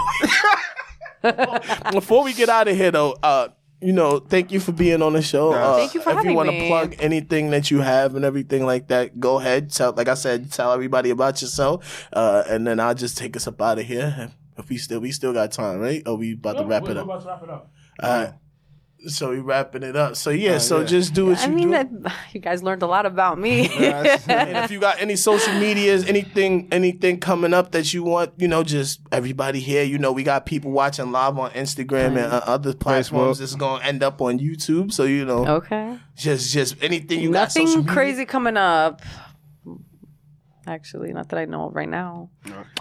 before we get out of here, though, uh, you know, thank you for being on the show. Uh,
Thank you for
if
having
you wanna
me.
plug anything that you have and everything like that, go ahead. Tell, like I said, tell everybody about yourself, uh, and then I'll just take us up out of here. If we still, we still got time, right? Or we about to wrap it up?
to wrap it up.
All right. So we wrapping it up. So Uh, yeah, so just do what
I
you
mean,
do.
that, you guys learned a lot about me.
and if you got any social medias, anything, anything coming up that you want, you know, just everybody here. You know, we got people watching live on Instagram and uh, other platforms. It's gonna end up on YouTube, so you know,
okay.
just just anything you got. social
Oh. Nothing
media-
crazy coming up. Actually, not that I know of right now.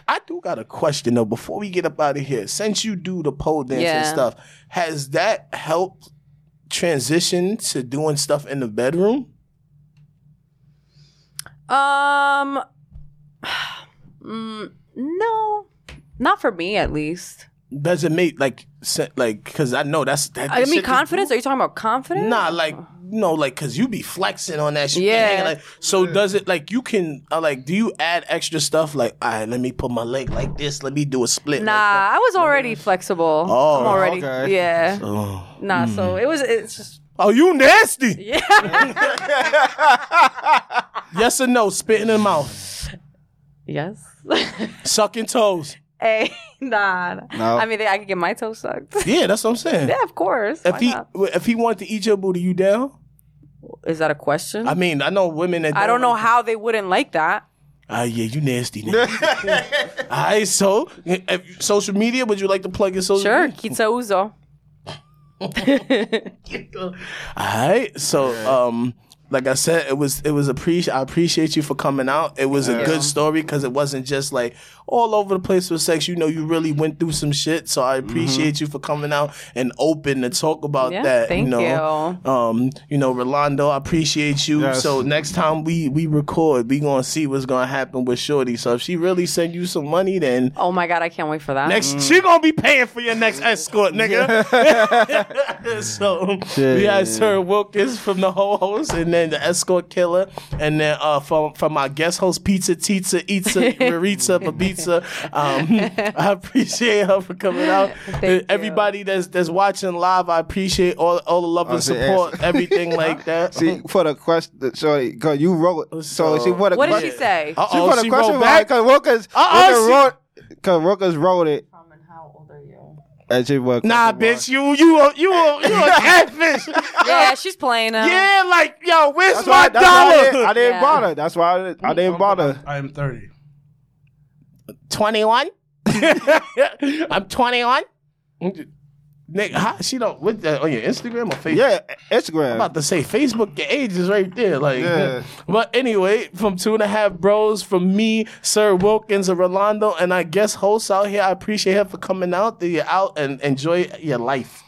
I do got a question though. Before we get up out of here, since you do the pole dance and
Yeah.
stuff, has that helped transition to doing stuff in the bedroom?
Um, mm, no, not for me at least.
Does it make like se- like because I know that's that. that
I
shit
mean,
just-
confidence. Are you talking about confidence?
Nah, like no, like cause you be flexing on that shit.
Yeah.
Like, so does it like you can uh, like do you add extra stuff like all right, let me put my leg like this, let me do a split. like
Nah,
that?
I was already flexible.
Oh,
I'm already,
okay.
yeah.
Oh.
Nah, so it was. It's just
oh, you nasty?
yeah.
Yes or no? Spit in the mouth,
yes.
sucking toes.
hey, nah. nah.
No.
I mean, they, I could get my toe sucked.
Yeah, that's what I'm saying.
yeah, of course.
If
Why
he
not?
if he wanted to eat your booty, you down?
is that a question?
I
I,
mean, I know women that
don't know how they wouldn't like that.
Ah, yeah, you nasty. nigga. all right, so if, social media. Would you like to plug your social?
Sure,
media?
Kitsa Uzo.
All right. So, um, like I said, it was it was appreci- I appreciate you for coming out. It was a good story because it wasn't just like all over the place with sex. You know, you really went through some shit. So I appreciate you for coming out and open to talk about
Yeah,
that.
thank
you know, um, you know, Rolando, I appreciate you.
Yes.
So next time we we record, we gonna see what's gonna happen with Shorty. So if she really send you some money, then
Oh my god, I can't wait for that.
Next,
Mm.
she gonna be paying for your next escort, nigga. so we had Sir Wilkins from the whole host, and then the escort killer, and then uh, from from my guest host Pizza Tizza Itza Maritza Babitza. Um, I appreciate her for coming out.
Thank
Everybody that's that's watching live, I appreciate all all the love and
see,
support,
yes.
everything like that.
eh, See, for the question, sorry, because you wrote. So, she for the
what did
question.
she say?
Uh
She
oh,
put
she
a question
wrote
mark
back.
because Wilkins,
Uh-oh,
wrote, cause Wilkins wrote it.
How old are you?
And she wrote
Nah,
question mark.
bitch, you you a- you a- you a catfish.
Yeah, she's playing now.
Yeah, like yo, where's
That's
my
why, that's why I
dollar?
didn't, I didn't
Yeah.
bother. That's why I didn't, I didn't bother.
I am 30.
21. I'm 21. Nigga, how, she don't with that on your Instagram or Facebook?
Yeah,
I'm
Instagram.
about to say Facebook. Your age is right there. Like,
Yeah.
but anyway, from two and a half bros, from me, Sir Wilkins and Rolando, and I guess hosts out here. I appreciate her for coming out. That you're out and enjoy your life.